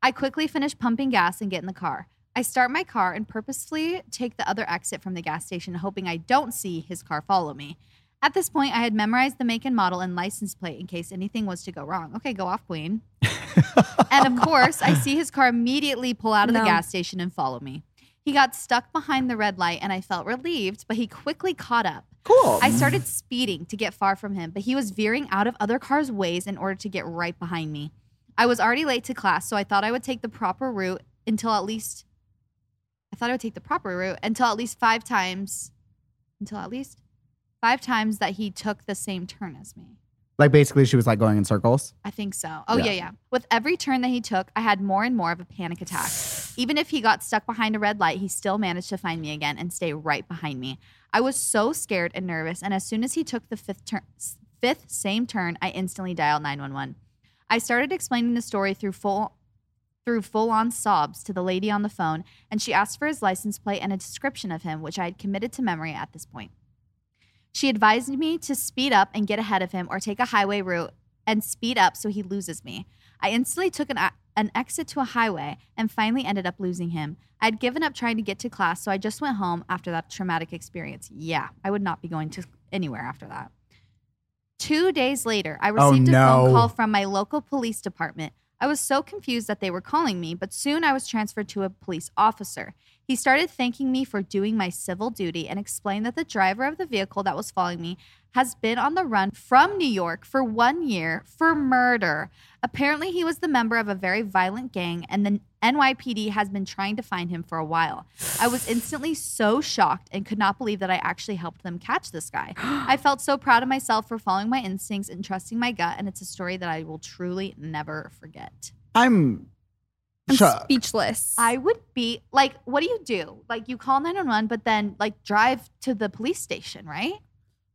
Speaker 1: I quickly finish pumping gas and get in the car. I start my car and purposefully take the other exit from the gas station, hoping I don't see his car follow me. At this point, I had memorized the make and model and license plate in case anything was to go wrong. Okay, go off, Queen. and of course, I see his car immediately pull out of
Speaker 3: No.
Speaker 1: the gas station and follow me. He got stuck behind the red light and I felt relieved, but he quickly caught up.
Speaker 2: Cool.
Speaker 1: I started speeding to get far from him, but he was veering out of other cars' ways in order to get right behind me. I was already late to class, so I thought I would take the proper route until at least I thought I would take the proper route until at least 5 times until at least 5 times that he took the same turn as me.
Speaker 2: Like basically, she was like going in circles.
Speaker 1: I think so. Oh,
Speaker 2: Yeah.
Speaker 1: yeah. yeah, With every turn that he took, I had more and more of a panic attack. Even if he got stuck behind a red light, he still managed to find me again and stay right behind me. I was so scared and nervous, and as soon as he took the fifth turn, fifth same turn, I instantly dialed 911. I started explaining the story through full through full-on sobs to the lady on the phone, and she asked for his license plate and a description of him, which I had committed to memory at this point. She advised me to speed up and get ahead of him or take a highway route and speed up so he loses me. I instantly took an, an exit to a highway and finally ended up losing him. I had given up trying to get to class, so I just went home after that traumatic experience. Yeah, I would not be going to anywhere after that. Two days later, I
Speaker 2: Oh,
Speaker 1: received a
Speaker 2: no.
Speaker 1: phone call from my local police department. I was so confused that they were calling me, but soon I was transferred to a police officer. He started thanking me for doing my civil duty and explained that the driver of the vehicle that was following me has been on the run from New York for one year for murder. Apparently, he was the member of a very violent gang, and the NYPD has been trying to find him for a while. I was instantly so shocked and could not believe that I actually helped them catch this guy. I felt so proud of myself for following my instincts and trusting my gut, and it's a story that I will truly never forget.
Speaker 2: I'm.
Speaker 3: I'm
Speaker 2: shocked.
Speaker 3: speechless.
Speaker 1: I would be like, what do you do? Like, you call 911, but then like drive to the police station, right?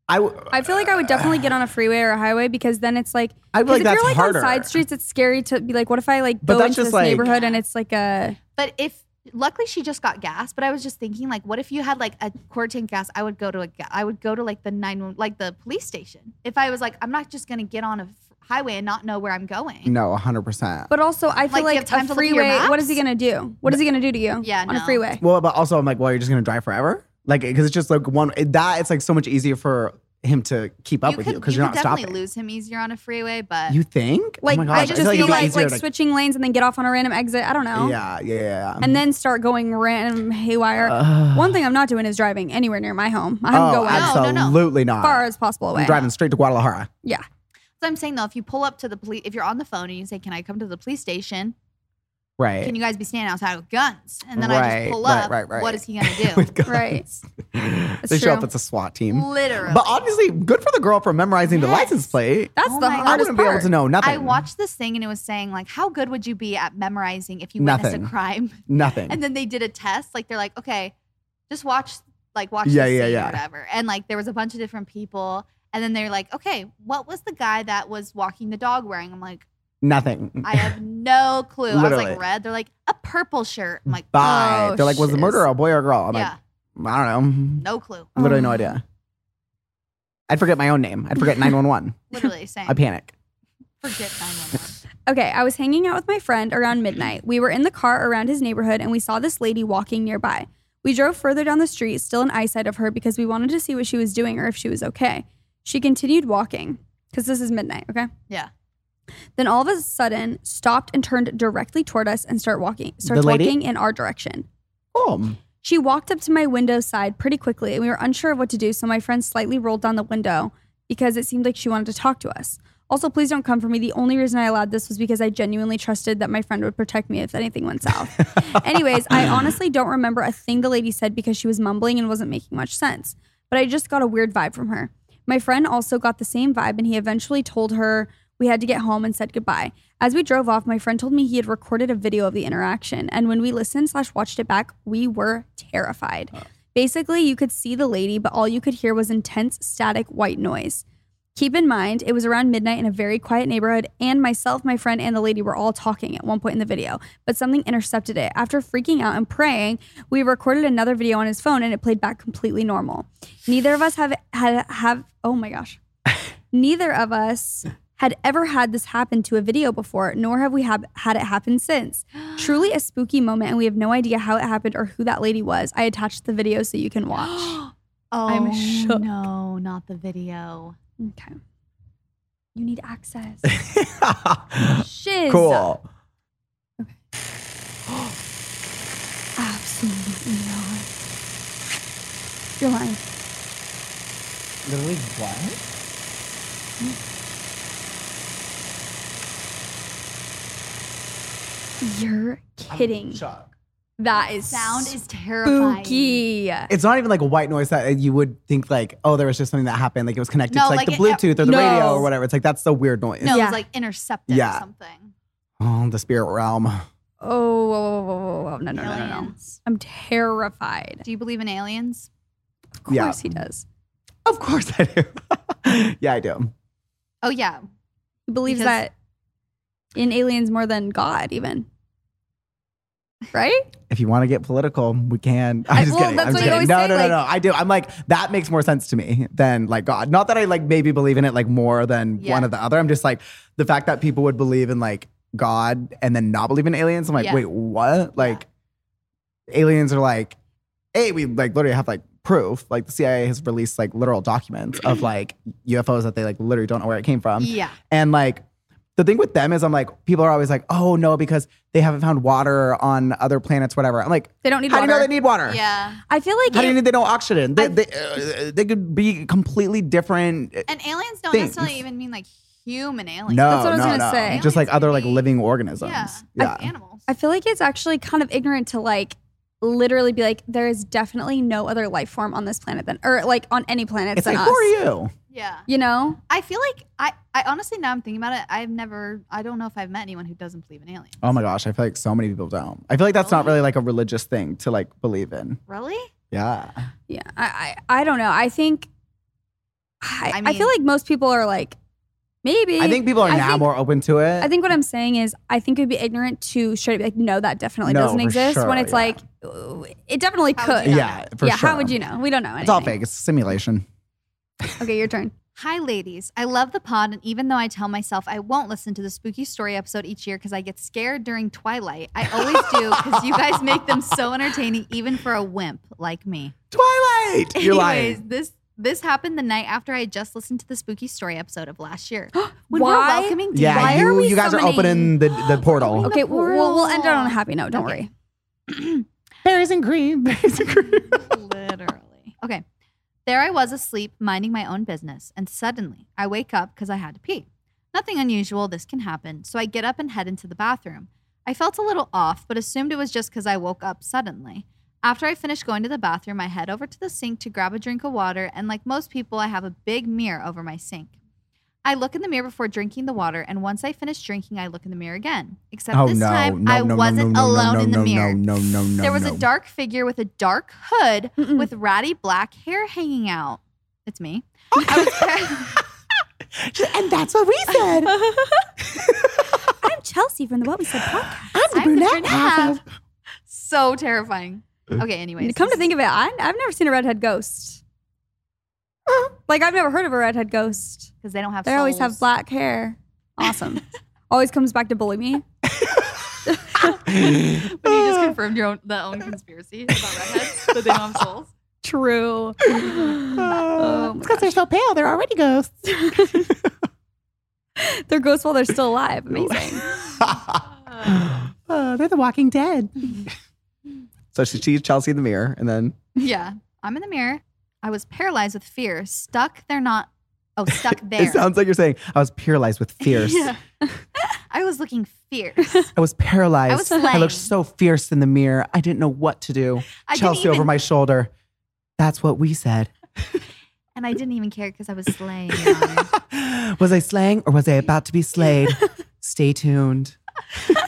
Speaker 2: I, w-
Speaker 3: I feel like I would definitely get on a freeway or a highway because then it's like
Speaker 2: I feel
Speaker 3: 'cause
Speaker 2: like
Speaker 3: if
Speaker 2: that's
Speaker 3: you're like
Speaker 2: harder.
Speaker 3: on side streets, it's scary to be like, what if I like
Speaker 2: But
Speaker 3: go
Speaker 2: that's
Speaker 3: into
Speaker 2: just
Speaker 3: this
Speaker 2: like-
Speaker 3: neighborhood and it's like a
Speaker 1: But if luckily she just got gas, but I was just thinking like, what if you had like a quarter tank gas? I would go to a ga- I would go to like the nine like the police station if I was like I'm not just gonna get on a f- highway and not know where I'm going.
Speaker 2: No, 100%.
Speaker 3: but also I feel
Speaker 1: Like, you
Speaker 3: like,
Speaker 1: have time
Speaker 3: a
Speaker 1: to look at your
Speaker 3: freeway. What is he
Speaker 1: maps?
Speaker 3: gonna do? What is he gonna do to you?
Speaker 1: Yeah,
Speaker 3: on a
Speaker 1: no.
Speaker 3: freeway.
Speaker 2: well, but also I'm like, well, you're just going to drive forever? Like, because it's just like one, that it's like so much easier for him to keep up
Speaker 1: you
Speaker 2: with you
Speaker 1: could
Speaker 2: because you're
Speaker 1: could
Speaker 2: not
Speaker 1: definitely
Speaker 2: stopping.
Speaker 1: lose him easier on a freeway, but
Speaker 2: You think?
Speaker 3: Like
Speaker 2: oh my gosh,
Speaker 3: I just
Speaker 2: feel like
Speaker 3: feel
Speaker 2: it'd be
Speaker 3: like
Speaker 2: easier
Speaker 3: like
Speaker 2: to-
Speaker 3: switching lanes and then get off on a random exit. I don't know.
Speaker 2: Yeah, yeah, yeah.
Speaker 3: And then start going random haywire.
Speaker 2: Ugh.
Speaker 3: One thing I'm not doing is driving anywhere near my home. I'm
Speaker 2: oh,
Speaker 3: going as
Speaker 1: abs- No, no, no.
Speaker 2: absolutely not.
Speaker 3: far as possible away.
Speaker 2: I'm driving straight to Guadalajara.
Speaker 3: Yeah.
Speaker 1: so I'm saying though, if you pull up to the police, if you're on the phone and you say, "Can I come to the police station?
Speaker 2: Right.
Speaker 1: Can you guys be standing outside with guns?" and then I
Speaker 2: Right,
Speaker 1: just pull
Speaker 2: right,
Speaker 1: up,
Speaker 2: right, right.
Speaker 1: what is he gonna
Speaker 2: With
Speaker 1: do?
Speaker 2: guns.
Speaker 3: Right.
Speaker 2: they show up.
Speaker 3: true.
Speaker 2: It's a SWAT team.
Speaker 1: Literally.
Speaker 2: But honestly, good for the girl for memorizing the
Speaker 1: Yes.
Speaker 2: license plate.
Speaker 3: That's
Speaker 1: Oh
Speaker 3: the
Speaker 1: my God.
Speaker 2: I
Speaker 3: hardest
Speaker 2: wouldn't be able
Speaker 3: part.
Speaker 2: to know nothing.
Speaker 1: I watched this thing and it was saying like, how good would you be at memorizing if you
Speaker 2: Nothing.
Speaker 1: witness a crime?
Speaker 2: nothing.
Speaker 1: And then they did a test. Like they're like, okay, just watch, like watch
Speaker 2: Yeah,
Speaker 1: the
Speaker 2: yeah,
Speaker 1: scene
Speaker 2: yeah.
Speaker 1: or whatever. And like there was a bunch of different people. And then they're like, okay, what was the guy that was walking the dog wearing? I'm like,
Speaker 2: nothing.
Speaker 1: I have no clue. I was
Speaker 2: Literally.
Speaker 1: like, red. They're like, a purple shirt. I'm like,
Speaker 2: Bye.
Speaker 3: Oh,
Speaker 2: They're like, was the
Speaker 3: shiz.
Speaker 2: murderer a boy or a girl? I'm
Speaker 1: yeah,
Speaker 2: like, I don't know.
Speaker 1: no clue.
Speaker 2: Literally no idea. I'd forget my own name. I'd forget 911.
Speaker 1: Literally same.
Speaker 2: I panic.
Speaker 1: Forget 911.
Speaker 3: Okay, I was hanging out with my friend around
Speaker 2: Mm-hmm.
Speaker 3: midnight. We were in the car around his neighborhood and we saw this lady walking nearby. We drove further down the street, still in eyesight of her, because we wanted to see what she was doing or if she was okay. She continued walking, because this is midnight, okay?
Speaker 1: Yeah.
Speaker 3: Then all of a sudden stopped and turned directly toward us and start walking starts
Speaker 2: The lady?
Speaker 3: walking in our direction.
Speaker 2: Oh,
Speaker 3: She walked up to my window side pretty quickly, and we were unsure of what to do, so my friend slightly rolled down the window because it seemed like she wanted to talk to us. Also, please don't come for me. The only reason I allowed this was because I genuinely trusted that my friend would protect me if anything went south. Anyways, I honestly don't remember a thing the lady said because she was mumbling and wasn't making much sense, but I just got a weird vibe from her. My friend also got the same vibe, and he eventually told her we had to get home and said goodbye. As we drove off, my friend told me he had recorded a video of the interaction, and when we listened slash watched it back, we were terrified. Basically, you could see the lady, but all you could hear was intense static white noise. Keep in mind, it was around midnight in a very quiet neighborhood, and myself, my friend, and the lady were all talking at one point in the video, but something intercepted it. After freaking out and praying, we recorded another video on his phone and it played back completely normal. Neither of us have had have oh my gosh. Neither of us had ever had this happen to a video before, nor have we have had it happen since. Truly a spooky moment, and we have no idea how it happened or who that lady was. I attached the video so you can watch.
Speaker 1: Oh,
Speaker 6: I'm shook.
Speaker 1: no, not the video.
Speaker 3: Okay. You need access.
Speaker 1: Shiz.
Speaker 2: cool.
Speaker 3: Absolutely not. You're lying.
Speaker 2: Literally what?
Speaker 3: You're kidding. That is
Speaker 1: Sound is terrifying.
Speaker 3: spooky.
Speaker 2: It's not even like a white noise that you would think like, oh, there was just something that happened, like it was connected
Speaker 1: No,
Speaker 2: to
Speaker 1: like
Speaker 2: like, the
Speaker 1: it-
Speaker 2: Bluetooth or the
Speaker 3: no.
Speaker 2: radio or whatever. It's like that's the weird noise.
Speaker 1: No,
Speaker 3: Yeah.
Speaker 1: it's like intercepted
Speaker 2: Yeah.
Speaker 1: or something.
Speaker 2: Oh, the spirit realm.
Speaker 3: Oh, whoa, whoa, whoa, whoa, whoa. No, no, no, no, no.
Speaker 1: Aliens.
Speaker 3: I'm terrified.
Speaker 1: Do you believe in aliens?
Speaker 3: Of course
Speaker 2: Yeah.
Speaker 3: he does.
Speaker 2: Of course I do. yeah, I do.
Speaker 1: Oh yeah.
Speaker 3: He believes
Speaker 1: Because-
Speaker 3: that in aliens more than God, even. Right?
Speaker 2: If you want to get political, we can. I'm
Speaker 3: I-
Speaker 2: just
Speaker 3: well,
Speaker 2: kidding.
Speaker 3: that's
Speaker 2: I'm just
Speaker 3: what I
Speaker 2: kidding.
Speaker 3: always
Speaker 2: No,
Speaker 3: say,
Speaker 2: no, no,
Speaker 3: like-
Speaker 2: no. I do. I'm like that makes more sense to me than like God. Not that I like maybe believe in it like more than
Speaker 1: Yeah.
Speaker 2: one or the other. I'm just like the fact that people would believe in like God and then not believe in aliens. I'm like,
Speaker 1: Yeah.
Speaker 2: wait, what? Like aliens are like, hey, we like literally have like proof. Like the CIA has released like literal documents of like UFOs that they like literally don't know where it came from.
Speaker 1: yeah.
Speaker 2: And like the thing with them is I'm like, people are always like, oh no, because they haven't found water on other planets, whatever. I'm like,
Speaker 3: They don't need
Speaker 2: how
Speaker 3: water.
Speaker 2: do you know they need water?
Speaker 1: Yeah.
Speaker 3: I feel like
Speaker 2: How do you
Speaker 3: it-
Speaker 2: know they don't oxygen? They,
Speaker 3: I-
Speaker 2: they, uh, they could be completely different.
Speaker 1: And aliens don't
Speaker 2: Things.
Speaker 1: necessarily even mean like human aliens.
Speaker 2: no,
Speaker 3: That's what I was
Speaker 2: no,
Speaker 3: gonna
Speaker 2: no.
Speaker 3: say.
Speaker 2: Just like
Speaker 1: Aliens
Speaker 2: other
Speaker 1: could
Speaker 2: like
Speaker 1: be-
Speaker 2: living organisms.
Speaker 1: Yeah.
Speaker 2: Yeah.
Speaker 1: Like animals.
Speaker 3: I feel like it's actually kind of ignorant to like literally be like, there is definitely no other life form on this planet than, or like on any planet
Speaker 2: it's
Speaker 3: than
Speaker 2: like,
Speaker 3: us.
Speaker 2: who are you?
Speaker 1: yeah.
Speaker 3: You know?
Speaker 1: I feel like I, I honestly now I'm thinking about it. I've never I don't know if I've met anyone who doesn't believe in aliens.
Speaker 2: Oh my gosh, I feel like so many people don't. I feel like that's not
Speaker 1: Really?
Speaker 2: really like a religious thing to like believe in.
Speaker 1: Really?
Speaker 2: Yeah.
Speaker 3: Yeah. I, I, I don't know. I think, I,
Speaker 1: I
Speaker 3: I, feel
Speaker 1: mean-
Speaker 3: like most people are like, maybe.
Speaker 2: I think people are
Speaker 3: I
Speaker 2: now
Speaker 3: think-
Speaker 2: more open to it.
Speaker 3: I think what I'm saying is, I think it would be ignorant to straight up be like, no, that definitely
Speaker 2: No,
Speaker 3: doesn't
Speaker 2: for
Speaker 3: exist.
Speaker 2: sure,
Speaker 3: when it's
Speaker 2: yeah.
Speaker 3: like, "Ooh, it definitely
Speaker 1: How would you
Speaker 3: could.
Speaker 1: know?
Speaker 2: yeah, for
Speaker 3: yeah.
Speaker 2: sure.
Speaker 3: How would you know? We don't know.
Speaker 2: It's all
Speaker 3: anything.
Speaker 2: fake. It's a simulation.
Speaker 3: Okay, your turn.
Speaker 1: Hi ladies. I love the pod and even though I tell myself I won't listen to the spooky story episode each year cuz I get scared during twilight, I always do cuz you guys make them so entertaining even for a wimp like me.
Speaker 2: Twilight. You're
Speaker 1: Anyways,
Speaker 2: lying.
Speaker 1: this this happened the night after I had just listened to the spooky story episode of last year. When we're
Speaker 3: Why?
Speaker 1: welcoming
Speaker 2: Yeah,
Speaker 3: Why
Speaker 2: you,
Speaker 3: are we
Speaker 2: you guys
Speaker 3: summoning-
Speaker 2: are opening the, the portal.
Speaker 3: Okay, we'll, we'll we'll end it on
Speaker 1: portal.
Speaker 3: a happy note. Don't
Speaker 1: Okay.
Speaker 3: worry.
Speaker 2: Berries and cream. Berries and cream.
Speaker 1: Literally. Okay. There I was asleep, minding my own business, and suddenly I wake up because I had to pee. Nothing unusual, this can happen, so I get up and head into the bathroom. I felt a little off, but assumed it was just because I woke up suddenly. After I finish going to the bathroom, I head over to the sink to grab a drink of water, and like most people, I have a big mirror over my sink. I look in the mirror before drinking the water, and once I finish drinking, I look in the mirror again. Except
Speaker 2: Oh
Speaker 1: this
Speaker 2: no,
Speaker 1: time,
Speaker 2: no,
Speaker 1: I
Speaker 2: no, no,
Speaker 1: wasn't
Speaker 2: no, no,
Speaker 1: alone
Speaker 2: no,
Speaker 1: in the
Speaker 2: no,
Speaker 1: mirror.
Speaker 2: No, no, no, no.
Speaker 1: There was
Speaker 2: no.
Speaker 1: a dark figure with a dark hood
Speaker 3: Mm-mm.
Speaker 1: with ratty black hair hanging out. It's me. I was,
Speaker 2: And that's what we said.
Speaker 3: I'm Chelsea from the What We Said podcast.
Speaker 2: I'm
Speaker 1: I'm the brunette half. so terrifying. Okay, anyways.
Speaker 3: Come to think of it, I, I've never seen a redhead ghost. like I've never heard of a redhead ghost.
Speaker 1: because they don't have
Speaker 3: They always have
Speaker 1: souls.
Speaker 3: black hair. Awesome. always comes back to bully me.
Speaker 1: But you just confirmed your own the own conspiracy about redheads that they don't have souls.
Speaker 3: True. oh my
Speaker 2: because they're so pale. They're already ghosts.
Speaker 3: God. They're ghosts while they're still alive. Amazing.
Speaker 5: Uh,
Speaker 2: oh, they're the Walking Dead. so she sees Chelsea in the mirror, and then
Speaker 1: Yeah. I'm in the mirror. I was paralyzed with fear, stuck there not oh, stuck there.
Speaker 2: it sounds like you're saying, "I was paralyzed with fierce.
Speaker 1: Yeah. I was looking fierce.
Speaker 2: I was paralyzed.
Speaker 1: I was
Speaker 2: looked so
Speaker 1: flaying.
Speaker 2: fierce in the mirror. I didn't know what to do.
Speaker 1: I didn't
Speaker 2: Chelsea over
Speaker 1: even-
Speaker 2: my shoulder. That's what we said.
Speaker 1: And I didn't even care because I was slaying. your honor.
Speaker 2: was I slaying or was I about to be slayed? Stay tuned.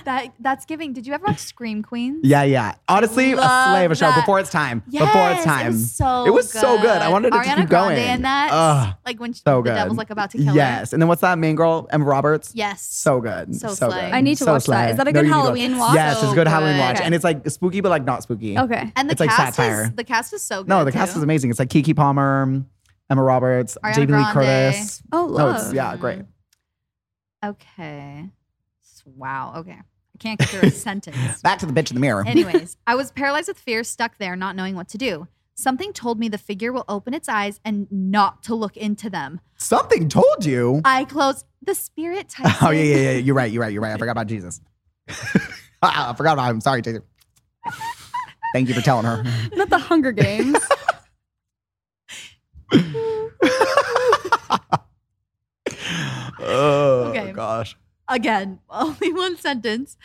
Speaker 1: that that's giving. Did you ever watch Scream Queens?
Speaker 2: Yeah, yeah. Honestly, a
Speaker 1: Love
Speaker 2: slave a show
Speaker 1: that.
Speaker 2: before it's time.
Speaker 1: Yes,
Speaker 2: before it's time.
Speaker 1: It was so
Speaker 2: It was so good. I wanted to
Speaker 1: Ariana Grande
Speaker 2: keep going.
Speaker 1: in that,
Speaker 2: Ugh,
Speaker 1: like when she,
Speaker 2: so
Speaker 1: the
Speaker 2: good.
Speaker 1: devil's like about to kill her.
Speaker 2: yes. And then what's that main girl? Emma Roberts.
Speaker 1: Yes.
Speaker 2: So good.
Speaker 1: So
Speaker 2: So, good.
Speaker 1: slay.
Speaker 3: I need to
Speaker 2: So
Speaker 3: watch that.
Speaker 2: slay.
Speaker 3: Is that a
Speaker 2: No,
Speaker 3: good
Speaker 2: you need to
Speaker 3: Halloween watch?
Speaker 2: Yes, it's a
Speaker 1: So
Speaker 2: good, Halloween
Speaker 1: good.
Speaker 2: watch.
Speaker 3: Okay.
Speaker 2: And it's like spooky, but like not spooky.
Speaker 3: Okay.
Speaker 1: and the
Speaker 2: It's like
Speaker 1: cast
Speaker 2: satire.
Speaker 1: is the cast is so good.
Speaker 2: No, the cast
Speaker 1: too.
Speaker 2: is amazing. It's like Kiki Palmer, Emma Roberts,
Speaker 1: Ariana
Speaker 2: Jamie
Speaker 1: Grande.
Speaker 2: Lee Curtis.
Speaker 3: Oh,
Speaker 2: No, it's,
Speaker 3: love.
Speaker 2: yeah, great.
Speaker 1: Okay. S- Wow. Okay. I can't get through a sentence.
Speaker 2: Back to the bitch in the mirror.
Speaker 1: Anyways, I was paralyzed with fear, stuck there, not knowing what to do. Something told me the figure will open its eyes and not to look into them.
Speaker 2: Something told you.
Speaker 1: I closed. The spirit types.
Speaker 2: Oh yeah,
Speaker 1: in-
Speaker 2: yeah, yeah. You're right. You're right. You're right. I forgot about Jesus. I forgot about him. Sorry, Taser. Thank you for telling her.
Speaker 3: Not the Hunger Games.
Speaker 2: oh
Speaker 1: Okay.
Speaker 2: gosh.
Speaker 1: Again, only one sentence.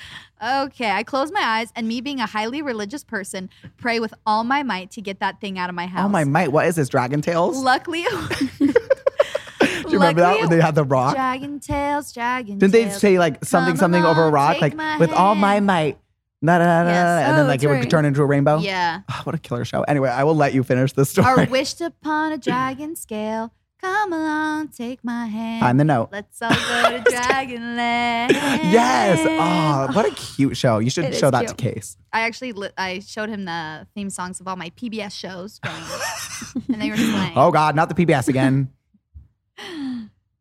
Speaker 1: Okay, I close my eyes, and me being a highly religious person, pray with all my might to get that thing out of my house.
Speaker 2: Oh my might. What is this? Dragon tails?
Speaker 1: Luckily,
Speaker 2: Do you remember that when they had the rock?
Speaker 1: dragon tails, dragon.
Speaker 2: Didn't they
Speaker 1: tails.
Speaker 2: say like something
Speaker 1: Come
Speaker 2: something over a
Speaker 1: along,
Speaker 2: rock?
Speaker 1: take
Speaker 2: Like
Speaker 1: my
Speaker 2: with all my
Speaker 1: hand.
Speaker 2: might. Na, na, na, na,
Speaker 1: Yes.
Speaker 2: And
Speaker 3: Oh,
Speaker 2: then like
Speaker 3: that's
Speaker 2: it would
Speaker 3: right.
Speaker 2: turn into a rainbow.
Speaker 1: Yeah.
Speaker 2: Ah, what a killer show. Anyway, I will let you finish the
Speaker 1: Are
Speaker 2: story.
Speaker 1: wished upon a dragon scale. Come along, take my hand.
Speaker 2: Find the note.
Speaker 1: Let's all go to Dragonland.
Speaker 2: Yes. Oh, what a cute show. You
Speaker 3: It
Speaker 2: should
Speaker 3: is
Speaker 2: show that
Speaker 3: cute.
Speaker 2: to Case.
Speaker 1: I actually li- I showed him the theme songs of all my PBS shows, growing up, and they were playing.
Speaker 2: Oh God, not the PBS again.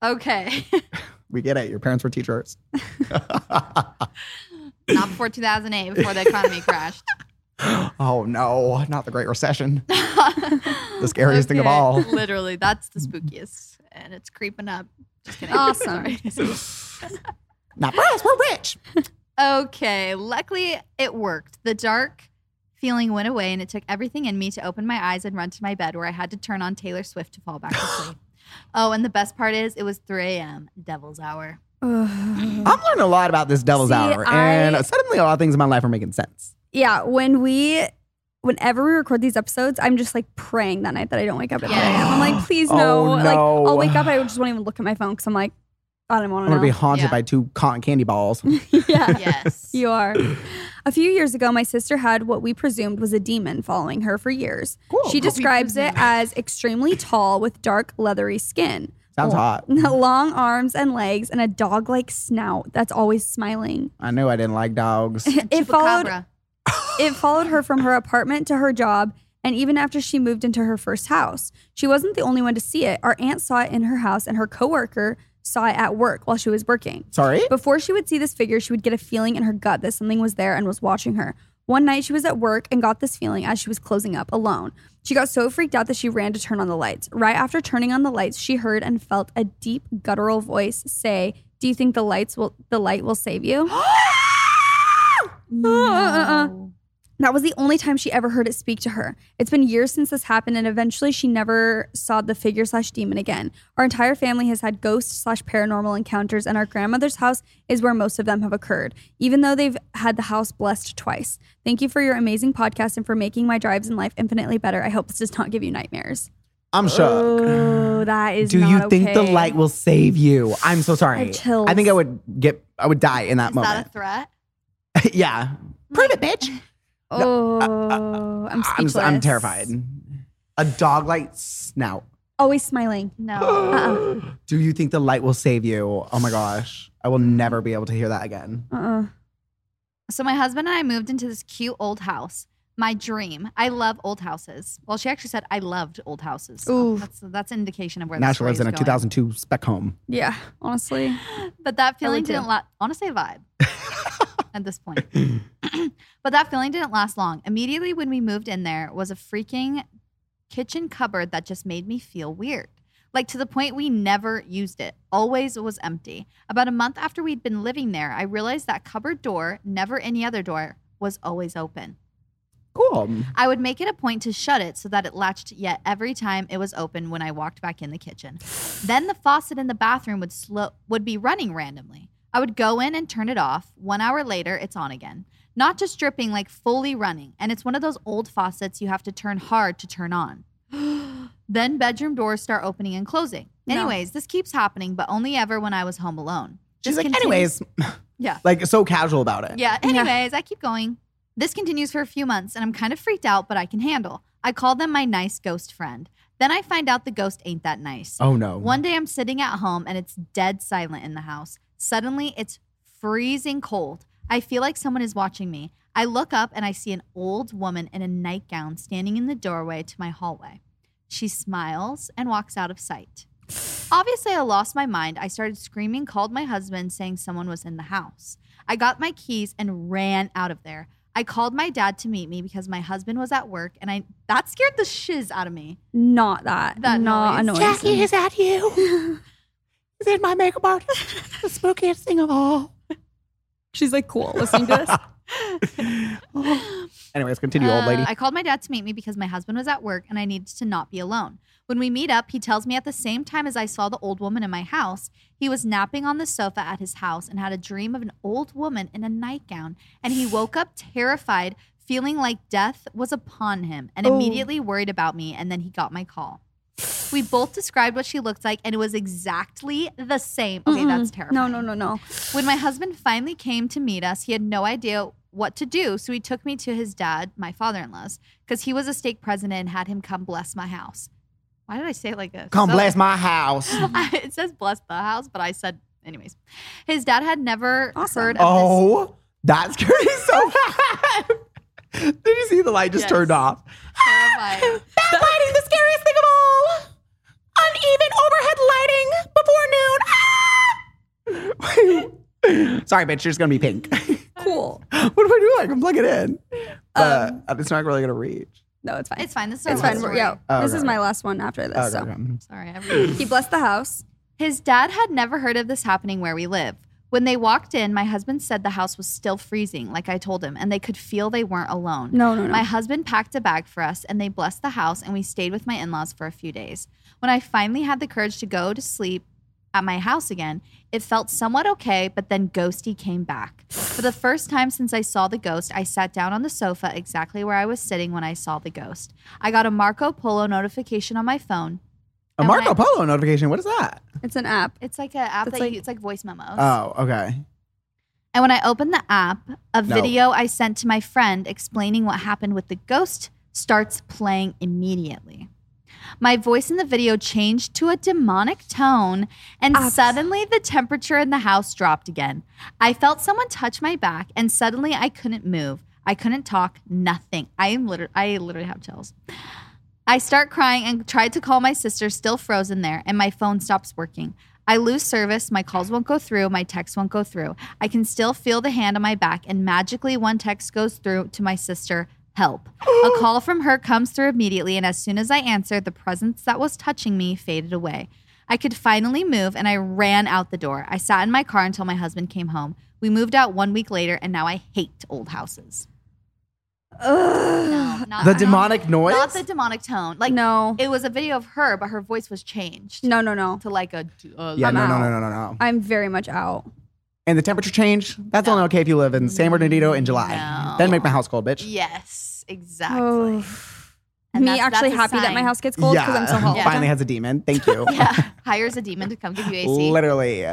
Speaker 1: Okay,
Speaker 2: we get it. Your parents were teachers.
Speaker 1: not before 2008, before the economy crashed.
Speaker 2: oh no, not the Great Recession. The scariest thing of
Speaker 1: Okay.
Speaker 2: all.
Speaker 1: Literally, that's the spookiest, and it's creeping up. Just kidding.
Speaker 3: Awesome.
Speaker 1: Sorry.
Speaker 2: Not for us. We're rich.
Speaker 1: Okay, luckily it worked. The dark feeling went away, and it took everything in me to open my eyes and run to my bed where I had to turn on Taylor Swift to fall back to sleep. Oh, and the best part is it was 3 a.m., devil's hour.
Speaker 3: Ugh.
Speaker 2: I'm learning a lot about this Devil's
Speaker 3: See,
Speaker 2: Hour,
Speaker 3: I-
Speaker 2: and suddenly a lot of things in my life are making sense.
Speaker 3: yeah, when we, whenever we record these episodes, I'm just like praying that night that I don't wake up at 3 a.m. I'm like, please no.
Speaker 2: Oh,
Speaker 3: Like,
Speaker 2: no.
Speaker 3: I'll wake up. I just won't even look at my phone because I'm like, I don't
Speaker 2: I'm
Speaker 3: want
Speaker 2: gonna be
Speaker 3: to
Speaker 2: haunted
Speaker 1: Yeah.
Speaker 2: by two cotton candy balls.
Speaker 3: know. yeah.
Speaker 1: Yes.
Speaker 3: You are. A few years ago, my sister had what we presumed was a demon following her for years.
Speaker 2: Oh,
Speaker 3: She describes it as extremely tall with dark, leathery skin, Oh.
Speaker 2: Sounds hot.
Speaker 3: long arms and legs, and a dog like snout that's always smiling.
Speaker 2: I knew I didn't like dogs.
Speaker 3: It followed,
Speaker 1: Chupacabra.
Speaker 3: it followed her from her apartment to her job, and even after she moved into her first house. She wasn't the only one to see it. Our aunt saw it in her house, and her coworker saw it at work while she was working.
Speaker 2: Sorry.
Speaker 3: Before she would see this figure, she would get a feeling in her gut that something was there and was watching her. One night, she was at work and got this feeling as she was closing up alone. She got so freaked out that she ran to turn on the lights. Right after turning on the lights, she heard and felt a deep guttural voice say, "Do you think the lights will the light will save you?" Uh, uh, uh, uh.
Speaker 1: No.
Speaker 3: That was the only time she ever heard it speak to her. It's been years since this happened, and eventually she never saw the figure slash demon again. Our entire family has had ghost slash paranormal encounters, and our grandmother's house is where most of them have occurred, even though they've had the house blessed twice. Thank you for your amazing podcast and for making my drives in life infinitely better. I hope this does not give you nightmares.
Speaker 2: I'm shook.
Speaker 3: Oh, that is.
Speaker 2: Do you
Speaker 3: not
Speaker 2: think the
Speaker 3: okay.
Speaker 2: light will save you? I'm so
Speaker 3: I
Speaker 2: sorry.
Speaker 3: have chills.
Speaker 2: I think I would get. I would die in that
Speaker 1: Is
Speaker 2: moment.
Speaker 1: that a threat?
Speaker 2: yeah. Prove it, bitch.
Speaker 3: Oh, I'm
Speaker 2: I'm,
Speaker 3: speechless.
Speaker 2: I'm terrified. A dog light snout.
Speaker 3: Always smiling.
Speaker 1: No.
Speaker 2: Do you think the light will save you? Oh my gosh. I will never be able to hear that again.
Speaker 3: Uh-uh.
Speaker 1: So my husband and I moved into this cute old house. My dream. I love old houses. Well, she actually said I loved old houses. So
Speaker 3: Ooh.
Speaker 1: that's that's an indication of where
Speaker 2: now
Speaker 1: the
Speaker 2: she
Speaker 1: story
Speaker 2: lives
Speaker 1: is
Speaker 2: in a
Speaker 1: going.
Speaker 2: 2002 spec home.
Speaker 3: Yeah, honestly.
Speaker 1: But that feeling
Speaker 3: would too.
Speaker 1: didn't last. Honestly, vibe at this point. but that feeling didn't last long. Immediately when we moved in there was a freaking kitchen cupboard that just made me feel weird. Like to the point we never used it. Always was empty. About a month after we'd been living there, I realized that cupboard door, never any other door, was always open.
Speaker 2: Cool.
Speaker 1: I would make it a point to shut it so that it latched yet every time it was open when I walked back in the kitchen. Then the faucet in the bathroom would slow would be running randomly. I would go in and turn it off. One hour later, it's on again. Not just dripping, like fully running. And it's one of those old faucets you have to turn hard to turn on. then bedroom doors start opening and closing.
Speaker 3: No.
Speaker 1: Anyways, this keeps happening, but only ever when I was home alone.
Speaker 2: She's
Speaker 1: This
Speaker 2: like,
Speaker 1: continues-
Speaker 2: anyways,
Speaker 1: Yeah.
Speaker 2: like so casual about it.
Speaker 1: Yeah.
Speaker 3: Yeah.
Speaker 1: Anyways, I keep going. This continues for a few months, and I'm kind of freaked out, but I can handle. I call them my nice ghost friend. Then I find out the ghost ain't that nice.
Speaker 2: Oh no.
Speaker 1: One day I'm sitting at home and it's dead silent in the house. Suddenly it's freezing cold. I feel like someone is watching me. I look up and I see an old woman in a nightgown standing in the doorway to my hallway. She smiles and walks out of sight. Obviously, I lost my mind. I started screaming, called my husband, saying someone was in the house. I got my keys and ran out of there. I called my dad to meet me because my husband was at work, and I that scared the shiz out of me.
Speaker 3: Not that.
Speaker 1: That
Speaker 3: not
Speaker 1: noise.
Speaker 3: annoying.
Speaker 2: Jackie, is that you? Is it my makeup artist? The spookiest thing of all.
Speaker 3: She's like, cool, listening to this.
Speaker 2: Anyways, continue, old
Speaker 1: Uh,
Speaker 2: lady.
Speaker 1: I called my dad to meet me because my husband was at work and I needed to not be alone. When we meet up, he tells me at the same time as I saw the old woman in my house, he was napping on the sofa at his house and had a dream of an old woman in a nightgown. And he woke up terrified, feeling like death was upon him and
Speaker 3: Oh.
Speaker 1: immediately worried about me. And then he got my call. We both described what she looked like and it was exactly the same. Okay, that's
Speaker 3: Mm-mm.
Speaker 1: terrible.
Speaker 3: No, no, no, no.
Speaker 1: When my husband finally came to meet us, he had no idea what to do, so he took me to his dad, my father in law's, because he was a stake president and had him come bless my house. Why did I say it like this?
Speaker 2: Come
Speaker 1: So-
Speaker 2: bless my house.
Speaker 1: it says bless the house, but I said, anyways. His dad had never
Speaker 3: Awesome.
Speaker 1: heard of this.
Speaker 2: Oh, that's scary so bad. Did you see the light just
Speaker 1: Yes.
Speaker 2: turned off?
Speaker 1: Terrifying.
Speaker 2: That light is the scariest thing of all. Uneven overhead lighting before noon. Ah! Sorry, bitch, you're just gonna be pink.
Speaker 3: Cool.
Speaker 2: what do I do? I can plug it in. But
Speaker 1: Um,
Speaker 2: uh, it's not really gonna reach.
Speaker 3: No, it's fine.
Speaker 1: It's fine. This is our
Speaker 3: It's
Speaker 1: last
Speaker 3: fine. We're-
Speaker 1: Story.
Speaker 3: Yeah,
Speaker 2: Oh,
Speaker 3: this
Speaker 2: okay,
Speaker 3: is my last one after this.
Speaker 2: Okay,
Speaker 3: so
Speaker 2: okay.
Speaker 1: Sorry. I-
Speaker 3: he blessed the house.
Speaker 1: His dad had never heard of this happening where we live. When they walked in, my husband said the house was still freezing, like I told him, and they could feel they weren't alone.
Speaker 3: No, no, no.
Speaker 1: My husband packed a bag for us and they blessed the house and we stayed with my in-laws for a few days. When I finally had the courage to go to sleep at my house again, it felt somewhat okay, but then Ghosty came back. For the first time since I saw the ghost, I sat down on the sofa exactly where I was sitting when I saw the ghost. I got a Marco Polo notification on my phone.
Speaker 2: A
Speaker 1: And
Speaker 2: Marco
Speaker 1: when
Speaker 2: Polo notification. What is that?
Speaker 3: it's an app.
Speaker 1: It's like an app
Speaker 3: That's
Speaker 1: that
Speaker 3: like-
Speaker 1: you, it's like voice memos.
Speaker 2: Oh, okay.
Speaker 1: And when I opened the app, a
Speaker 2: No.
Speaker 1: video I sent to my friend explaining what happened with the ghost starts playing immediately. My voice in the video changed to a demonic tone, and
Speaker 3: Abs-
Speaker 1: suddenly the temperature in the house dropped again. I felt someone touch my back, and suddenly I couldn't move. I couldn't talk, nothing. I am literally, I literally have chills. I start crying and tried to call my sister, still frozen there, and my phone stops working. I lose service, my calls won't go through, my texts won't go through. I can still feel the hand on my back, and magically one text goes through to my sister, help. A call from her comes through immediately, and as soon as I answer, the presence that was touching me faded away. I could finally move, and I ran out the door. I sat in my car until my husband came home. We moved out one week later, and now I hate old houses. No, not
Speaker 2: The
Speaker 1: Uh, not-
Speaker 2: demonic noise?
Speaker 1: Not the demonic tone. Like
Speaker 3: no,
Speaker 1: it was a video of her, but her voice was changed
Speaker 3: no, no, no.
Speaker 1: to like a. Uh,
Speaker 2: yeah,
Speaker 3: I'm
Speaker 2: no, no,
Speaker 3: out.
Speaker 2: no, no, no, no.
Speaker 3: I'm very much out.
Speaker 2: And the temperature change, that's only okay if you live in San Bernardino in July.
Speaker 1: No.
Speaker 2: That'd make my house cold, bitch.
Speaker 1: Yes, exactly.
Speaker 3: Oh.
Speaker 1: And
Speaker 3: Me
Speaker 1: that's-
Speaker 3: actually
Speaker 1: that's a
Speaker 3: happy that my
Speaker 1: sign.
Speaker 3: house gets cold because I'm so hot.
Speaker 1: Yeah.
Speaker 2: Finally has a demon. Thank you.
Speaker 1: Yeah, hires a demon to come give you AC.
Speaker 2: Literally.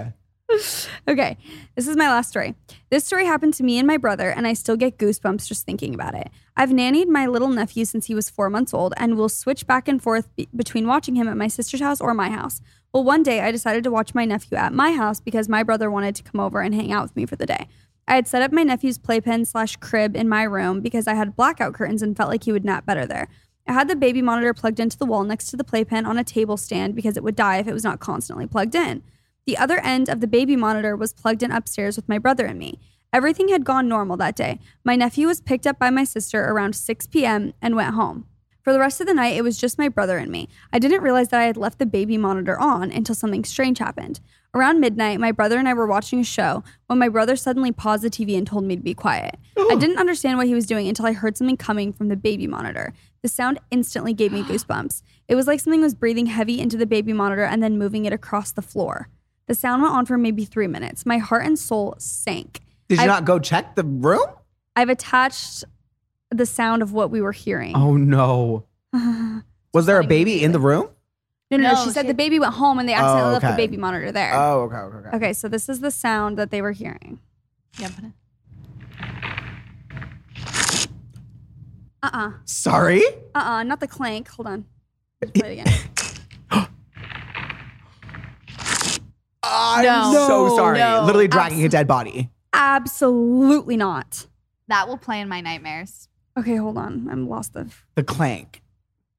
Speaker 3: Okay, this is my last story. This story happened to me and my brother, and I still get goosebumps just thinking about it. I've nannied my little nephew since he was four months old, and we'll switch back and forth be- between watching him at my sister's house or my house. Well, one day I decided to watch my nephew at my house because my brother wanted to come over and hang out with me for the day. I had set up my nephew's playpen slash crib in my room because I had blackout curtains and felt like he would nap better there. I had the baby monitor plugged into the wall next to the playpen on a table stand because it would die if it was not constantly plugged in. The other end of the baby monitor was plugged in upstairs with my brother and me. Everything had gone normal that day. My nephew was picked up by my sister around 6 p.m. and went home. For the rest of the night, it was just my brother and me. I didn't realize that I had left the baby monitor on until something strange happened. Around midnight, my brother and I were watching a show when my brother suddenly paused the TV and told me to be quiet. I didn't understand what he was doing until I heard something coming from the baby monitor. The sound instantly gave me goosebumps. It was like something was breathing heavy into the baby monitor and then moving it across the floor. The sound went on for maybe three minutes. My heart and soul sank.
Speaker 2: Did you
Speaker 3: I-
Speaker 2: not go check the room?
Speaker 3: I've attached the sound of what we were hearing.
Speaker 2: Oh no.
Speaker 3: no,
Speaker 2: Was there a baby in the room?
Speaker 3: no, no,
Speaker 1: No,
Speaker 3: She said
Speaker 1: she-
Speaker 3: the baby went home and they accidentally left
Speaker 2: Oh, okay.
Speaker 3: the baby monitor there.
Speaker 2: Oh, okay, okay, okay.
Speaker 3: Okay, so this is the sound that they were hearing.
Speaker 1: Yeah, put it-
Speaker 3: Uh uh-uh,
Speaker 2: Sorry?
Speaker 3: uh. Not the clank. Hold on. Let's play it again.
Speaker 2: I'm
Speaker 1: No.
Speaker 2: so sorry.
Speaker 1: No.
Speaker 2: Literally dragging a dead body.
Speaker 3: Absolutely not.
Speaker 1: that will play in my nightmares.
Speaker 3: Okay, hold on. I'm lost. The.
Speaker 2: The clank.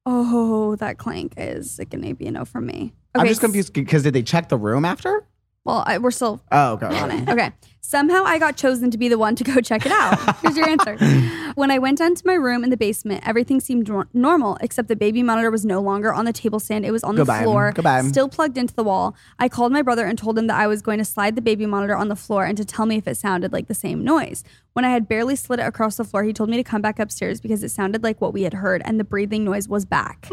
Speaker 3: Oh, that clank is it gonna be a no from me. Okay,
Speaker 2: I'm just confused because did they check the room after?
Speaker 3: Well, I, we're still
Speaker 2: Oh, okay.
Speaker 3: on
Speaker 2: alright.
Speaker 3: it. Okay. Somehow I got chosen to be the one to go check it out. Here's your answer. When I went down to my room in the basement, everything seemed nor- normal, except the baby monitor was no longer on the table stand. It was on
Speaker 2: Goodbye.
Speaker 3: the floor,
Speaker 2: Goodbye.
Speaker 3: still plugged into the wall. I called my brother and told him that I was going to slide the baby monitor on the floor and to tell me if it sounded like the same noise. When I had barely slid it across the floor, he told me to come back upstairs because it sounded like what we had heard and the breathing noise was back.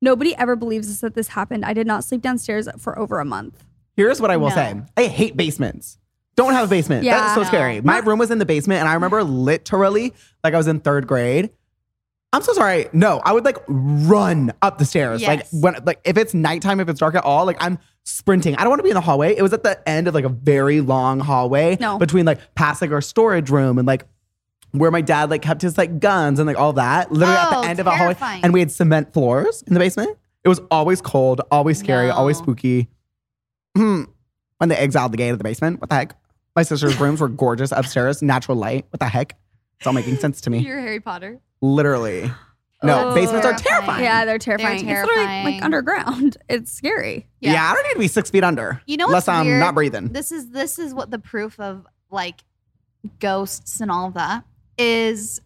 Speaker 3: Nobody ever believes us that this happened. I did not sleep downstairs for over a month.
Speaker 2: Here's what I will
Speaker 1: No.
Speaker 2: say. I hate basements. Don't have a basement.
Speaker 3: Yeah,
Speaker 2: That's so
Speaker 1: no.
Speaker 2: scary. My room was in the basement, and I remember literally, like I was in third grade. I'm so sorry. No, I would like run up the stairs.
Speaker 1: Yes.
Speaker 2: Like when like if it's nighttime, if it's dark at all, like I'm sprinting. I don't want to be in the hallway. It was at the end of like a very long hallway
Speaker 3: No.
Speaker 2: between like past like our storage room and like where my dad like kept his like guns and like all that. Literally at
Speaker 1: Oh,
Speaker 2: the end of a hallway.
Speaker 1: terrifying.
Speaker 2: And we had cement floors in the basement. It was always cold, always scary, always
Speaker 1: No.
Speaker 2: spooky. Hmm. When they exiled the gate of the basement, what the heck? My sister's rooms were gorgeous upstairs, natural light. What the heck? It's all making sense to me.
Speaker 1: You're Harry Potter.
Speaker 2: Literally. No,
Speaker 3: Oh,
Speaker 2: basements are
Speaker 1: terrifying.
Speaker 2: terrifying.
Speaker 3: Yeah, they're terrifying. It's literally like
Speaker 1: terrifying.
Speaker 3: underground. It's scary.
Speaker 2: Yeah.
Speaker 1: Yeah.
Speaker 2: I don't need to be six feet under.
Speaker 1: You know
Speaker 2: unless
Speaker 1: what's
Speaker 2: I'm
Speaker 1: weird?
Speaker 2: not breathing.
Speaker 1: This is this is what the proof of like ghosts and all of that is.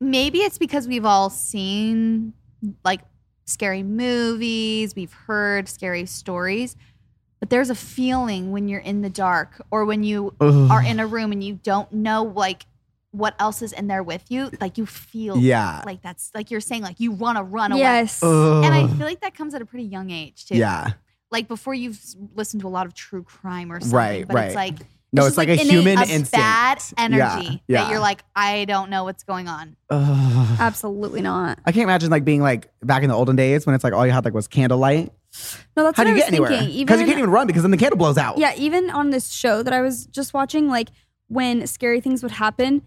Speaker 1: Maybe it's because we've all seen like scary movies, we've heard scary stories, but there's a feeling when you're in the dark or when you
Speaker 2: Ugh.
Speaker 1: are in a room and you don't know like what else is in there with you. Like you feel
Speaker 2: yeah.
Speaker 1: like that's like you're saying like you want to run away.
Speaker 3: Yes.
Speaker 2: Ugh.
Speaker 1: And I feel like that comes at a pretty young age too.
Speaker 2: yeah.
Speaker 1: Like before you've s- listened to a lot of true crime or something.
Speaker 2: Right,
Speaker 1: But
Speaker 2: right.
Speaker 1: it's like
Speaker 2: No,
Speaker 1: just,
Speaker 2: it's like, a
Speaker 1: innate,
Speaker 2: human
Speaker 1: a
Speaker 2: instinct.
Speaker 1: bad energy
Speaker 2: Yeah.
Speaker 1: that
Speaker 2: yeah.
Speaker 1: you're like, I don't know what's going on.
Speaker 2: Ugh.
Speaker 3: Absolutely not.
Speaker 2: I can't imagine like being like back in the olden days when it's like all you had like was candlelight.
Speaker 3: No, that's
Speaker 2: How
Speaker 3: what
Speaker 2: do you
Speaker 3: I was
Speaker 2: get anywhere?
Speaker 3: thinking.
Speaker 2: Because you can't even run because then the candle blows out.
Speaker 3: yeah, even on this show that I was just watching, like when scary things would happen,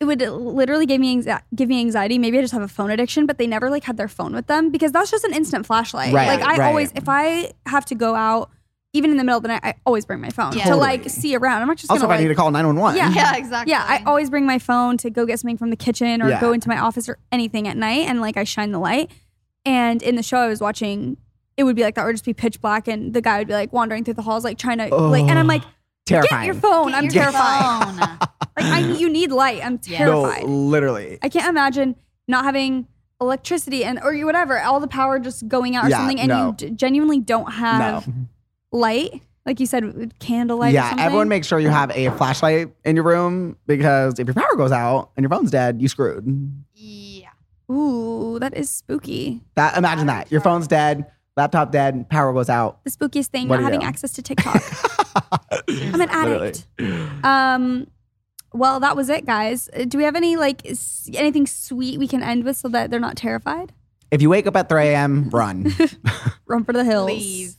Speaker 3: it would literally give me anxi- give me anxiety. Maybe I just have a phone addiction, but they never like had their phone with them because that's just an instant flashlight.
Speaker 2: Right,
Speaker 3: like I
Speaker 2: right.
Speaker 3: always, if I have to go out, even in the middle of the night, I always bring my phone
Speaker 1: Yeah.
Speaker 3: to
Speaker 2: Totally.
Speaker 3: like see around. I'm not just
Speaker 2: Also, if
Speaker 3: gonna
Speaker 2: I need to
Speaker 3: like,
Speaker 2: call 911.
Speaker 3: Yeah.
Speaker 1: Yeah, exactly.
Speaker 3: yeah. I always bring my phone to go get something from the kitchen or
Speaker 2: Yeah.
Speaker 3: go into my office or anything at night, and like I shine the light. And in the show I was watching, it would be like that, or it'd just be pitch black, and the guy would be like wandering through the halls, like trying to like, and I'm like. Get
Speaker 2: Oh. Terrifying.
Speaker 3: your phone.
Speaker 1: Get
Speaker 3: I'm
Speaker 1: your
Speaker 3: terrified.
Speaker 1: phone.
Speaker 3: Like I, you need light. I'm
Speaker 1: Yeah.
Speaker 3: terrified.
Speaker 2: No, literally.
Speaker 3: I can't imagine not having electricity and or you whatever, all the power just going out or
Speaker 2: Yeah,
Speaker 3: something, and
Speaker 2: no.
Speaker 3: you d- genuinely don't have
Speaker 2: no.
Speaker 3: light. Like you said, candlelight. um, or
Speaker 2: yeah,
Speaker 3: something.
Speaker 2: everyone make sure you have a flashlight in your room because if your power goes out and your phone's dead, you screwed.
Speaker 1: yeah.
Speaker 3: Ooh, that is spooky.
Speaker 2: That imagine that. Your phone's dead, laptop dead, power goes out.
Speaker 3: The spookiest thing:
Speaker 2: What do
Speaker 3: not
Speaker 2: you
Speaker 3: having
Speaker 2: do?
Speaker 3: access to TikTok. I'm an addict. Um, well, that was it, guys. Uh, Do we have any like s- anything sweet we can end with so that they're not terrified?
Speaker 2: If you wake up at 3 a.m., run.
Speaker 3: Run for the hills.
Speaker 1: Leave.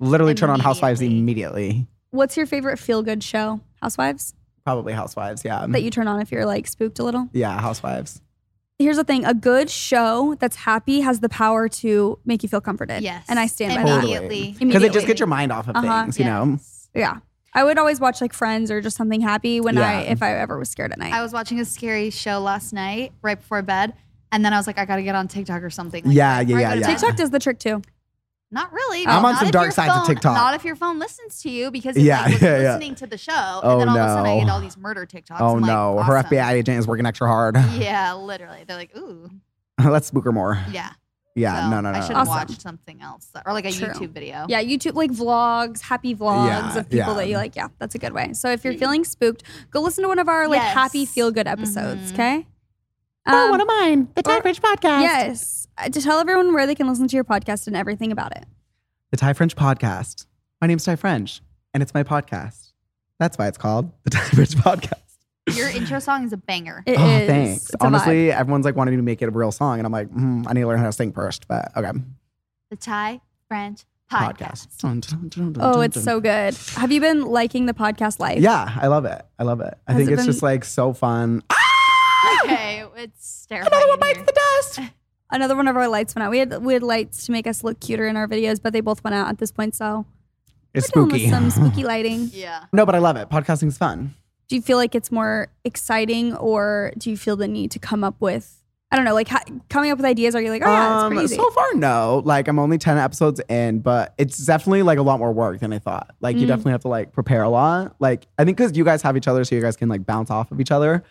Speaker 2: literally turn on Housewives immediately.
Speaker 3: What's your favorite feel-good show? Housewives.
Speaker 2: Probably Housewives, yeah.
Speaker 3: that you turn on if you're like spooked a little.
Speaker 2: yeah, Housewives.
Speaker 3: Here's the thing: a good show that's happy has the power to make you feel comforted.
Speaker 1: Yes.
Speaker 3: and I stand by that.
Speaker 2: Totally.
Speaker 1: Immediately.
Speaker 2: Because it just gets
Speaker 3: Immediately.
Speaker 2: your mind off of
Speaker 3: Uh-huh,
Speaker 2: things, you know?
Speaker 3: Yeah, I would always watch like Friends or just something happy when I
Speaker 2: Yeah.
Speaker 3: if I ever was scared at night.
Speaker 1: I was watching a scary show last night right before bed. And then I was like, I gotta get on TikTok or something. Like
Speaker 2: Yeah,
Speaker 1: right
Speaker 2: yeah,
Speaker 1: before I
Speaker 2: yeah,
Speaker 1: go to
Speaker 2: yeah.
Speaker 1: bed.
Speaker 3: TikTok does the trick too.
Speaker 1: Not really.
Speaker 2: I'm
Speaker 1: but
Speaker 2: on
Speaker 1: not
Speaker 2: some
Speaker 1: if
Speaker 2: dark
Speaker 1: your
Speaker 2: sides of
Speaker 1: phone-
Speaker 2: TikTok.
Speaker 1: Not if your phone listens to you because it's
Speaker 2: Yeah,
Speaker 1: like, well,
Speaker 2: yeah,
Speaker 1: you're
Speaker 2: yeah.
Speaker 1: listening to the show,
Speaker 2: Oh,
Speaker 1: and then all of a sudden I
Speaker 2: no.
Speaker 1: get all these murder TikToks.
Speaker 2: Oh
Speaker 1: I'm like,
Speaker 2: no, her
Speaker 1: awesome.
Speaker 2: FBI agent is working extra hard.
Speaker 1: Yeah, literally. They're like, ooh,
Speaker 2: Let's spook her more.
Speaker 1: yeah.
Speaker 2: Yeah,
Speaker 1: So
Speaker 2: Uh, no, no, no.
Speaker 1: I should
Speaker 2: no.
Speaker 1: have
Speaker 3: Awesome.
Speaker 1: watched something else or like a
Speaker 3: True.
Speaker 1: YouTube video.
Speaker 3: Yeah, YouTube like vlogs, happy vlogs
Speaker 2: Oh. Yeah,
Speaker 3: of people
Speaker 2: yeah. Mm.
Speaker 3: that you like. Yeah, that's a good way. So if you're feeling spooked, go listen to one of our like
Speaker 1: Yes.
Speaker 3: happy feel good episodes.
Speaker 2: Mm-hmm.
Speaker 1: Mhm.
Speaker 3: Okay.
Speaker 7: Oh,
Speaker 3: Um,
Speaker 7: one of mine, the Tag Rich podcast.
Speaker 3: yes, Uh, to tell everyone where they can listen to your podcast and everything about it.
Speaker 2: The Thai French Podcast. My name's Thai French, and it's my podcast. That's why it's called the Thai French Podcast.
Speaker 1: Your intro song is a banger.
Speaker 3: It is.
Speaker 2: Oh, thanks.
Speaker 3: It's a vibe.
Speaker 2: Honestly, everyone's like wanting me to make it a real song, and I'm like, mm, I need to learn how to sing first. But okay,
Speaker 1: The Thai French podcast.
Speaker 2: podcast. Dun, dun, dun, dun,
Speaker 3: Oh,
Speaker 2: dun,
Speaker 3: it's
Speaker 2: dun.
Speaker 3: so good. Have you been liking the podcast life?
Speaker 2: Yeah, I love it. I love it. I
Speaker 3: Has
Speaker 2: think
Speaker 3: it
Speaker 2: it's
Speaker 3: been-
Speaker 2: just like so fun. Ah,
Speaker 1: Okay, it's terrifying. Another one bites the
Speaker 3: Another one of our lights went out. We had we had lights to make us look cuter in our videos, but they both went out at this point. So
Speaker 2: It's
Speaker 3: we're doing
Speaker 2: spooky.
Speaker 3: with some spooky lighting.
Speaker 1: Yeah.
Speaker 2: no, but I love it. Podcasting's fun.
Speaker 3: Do you feel like it's more exciting, or do you feel the need to come up with I don't know, like ha- coming up with ideas? Are you like, oh yeah, it's crazy?
Speaker 2: Um, so far, no. Like, I'm only 10 episodes in, but it's definitely like a lot more work than I thought. Like, you
Speaker 3: Mm.
Speaker 2: definitely have to like prepare a lot. Like, I think because you guys have each other, so you guys can like bounce off of each other.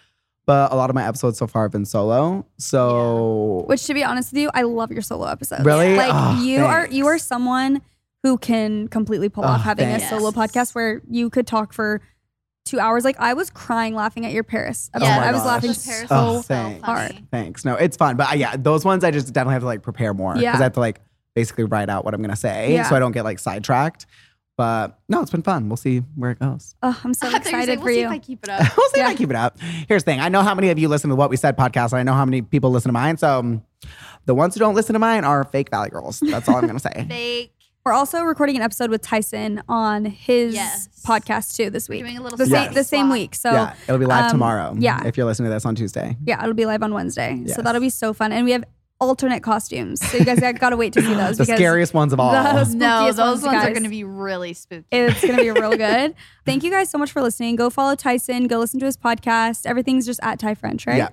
Speaker 2: But a lot of my episodes so far have been solo. So,
Speaker 3: Which, to be honest with you, I love your solo episodes.
Speaker 2: Really?
Speaker 3: Like
Speaker 2: Oh,
Speaker 3: you are you are
Speaker 2: thanks.
Speaker 3: someone who can completely pull off
Speaker 2: Oh,
Speaker 3: having
Speaker 2: thanks.
Speaker 3: a solo podcast where you could talk for two hours. Like I was crying laughing at your Paris.
Speaker 2: Oh
Speaker 3: episode.
Speaker 2: my
Speaker 3: I was
Speaker 2: gosh.
Speaker 3: laughing
Speaker 2: Those
Speaker 3: so
Speaker 2: Paris Oh, episodes. thanks.
Speaker 1: hard.
Speaker 2: thanks. No, it's fun. But uh, yeah, those ones I just definitely have to like prepare more because
Speaker 3: Yeah.
Speaker 2: I have to like basically write out what I'm going to say
Speaker 3: Yeah.
Speaker 2: so I don't get like sidetracked. But no, it's been fun. We'll see where it goes.
Speaker 3: Oh, I'm so
Speaker 1: I thought you were saying,
Speaker 3: excited for
Speaker 1: we'll See
Speaker 3: you.
Speaker 1: if I keep it up.
Speaker 2: we'll see if I
Speaker 3: Yeah.
Speaker 2: keep it up. Here's the thing. I know how many of you listen to what we said podcast, and I know how many people listen to mine. So um, the ones who don't listen to mine are fake valley girls. That's all I'm gonna say.
Speaker 1: Fake.
Speaker 3: We're also recording an episode with Tyson on his
Speaker 1: Yes.
Speaker 3: podcast too this week.
Speaker 1: Doing a little
Speaker 3: The
Speaker 2: Yes.
Speaker 3: same the same
Speaker 1: swap.
Speaker 3: week. So
Speaker 2: yeah, it'll be live
Speaker 3: um,
Speaker 2: tomorrow.
Speaker 3: yeah.
Speaker 2: if you're listening to this on Tuesday.
Speaker 3: yeah, it'll be live on Wednesday. So
Speaker 2: Yes.
Speaker 3: that'll be so fun. And we have alternate costumes. So you guys got to wait to see those
Speaker 2: the
Speaker 3: because
Speaker 2: scariest ones of all.
Speaker 3: those-
Speaker 1: No,
Speaker 3: Spookiest
Speaker 1: those
Speaker 3: ones,
Speaker 1: ones are
Speaker 3: guys.
Speaker 1: going to be really spooky.
Speaker 3: It's going to be real good. Thank you guys so much for listening. Go follow Tyson. Go listen to his podcast. Everything's just at Ty French, right?
Speaker 2: Yeah.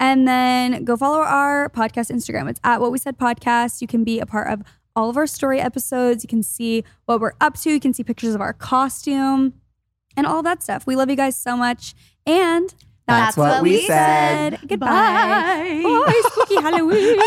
Speaker 3: And then go follow our podcast Instagram. It's at What We Said Podcast. You can be a part of all of our story episodes. You can see what we're up to. You can see pictures of our costume and all that stuff. We love you guys so much. And
Speaker 2: That's what we said.
Speaker 3: Goodbye. Bye. Spooky Halloween.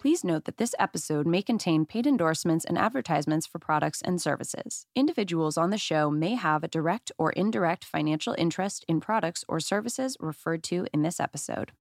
Speaker 8: Please note that this episode may contain paid endorsements and advertisements for products and services. Individuals on the show may have a direct or indirect financial interest in products or services referred to in this episode.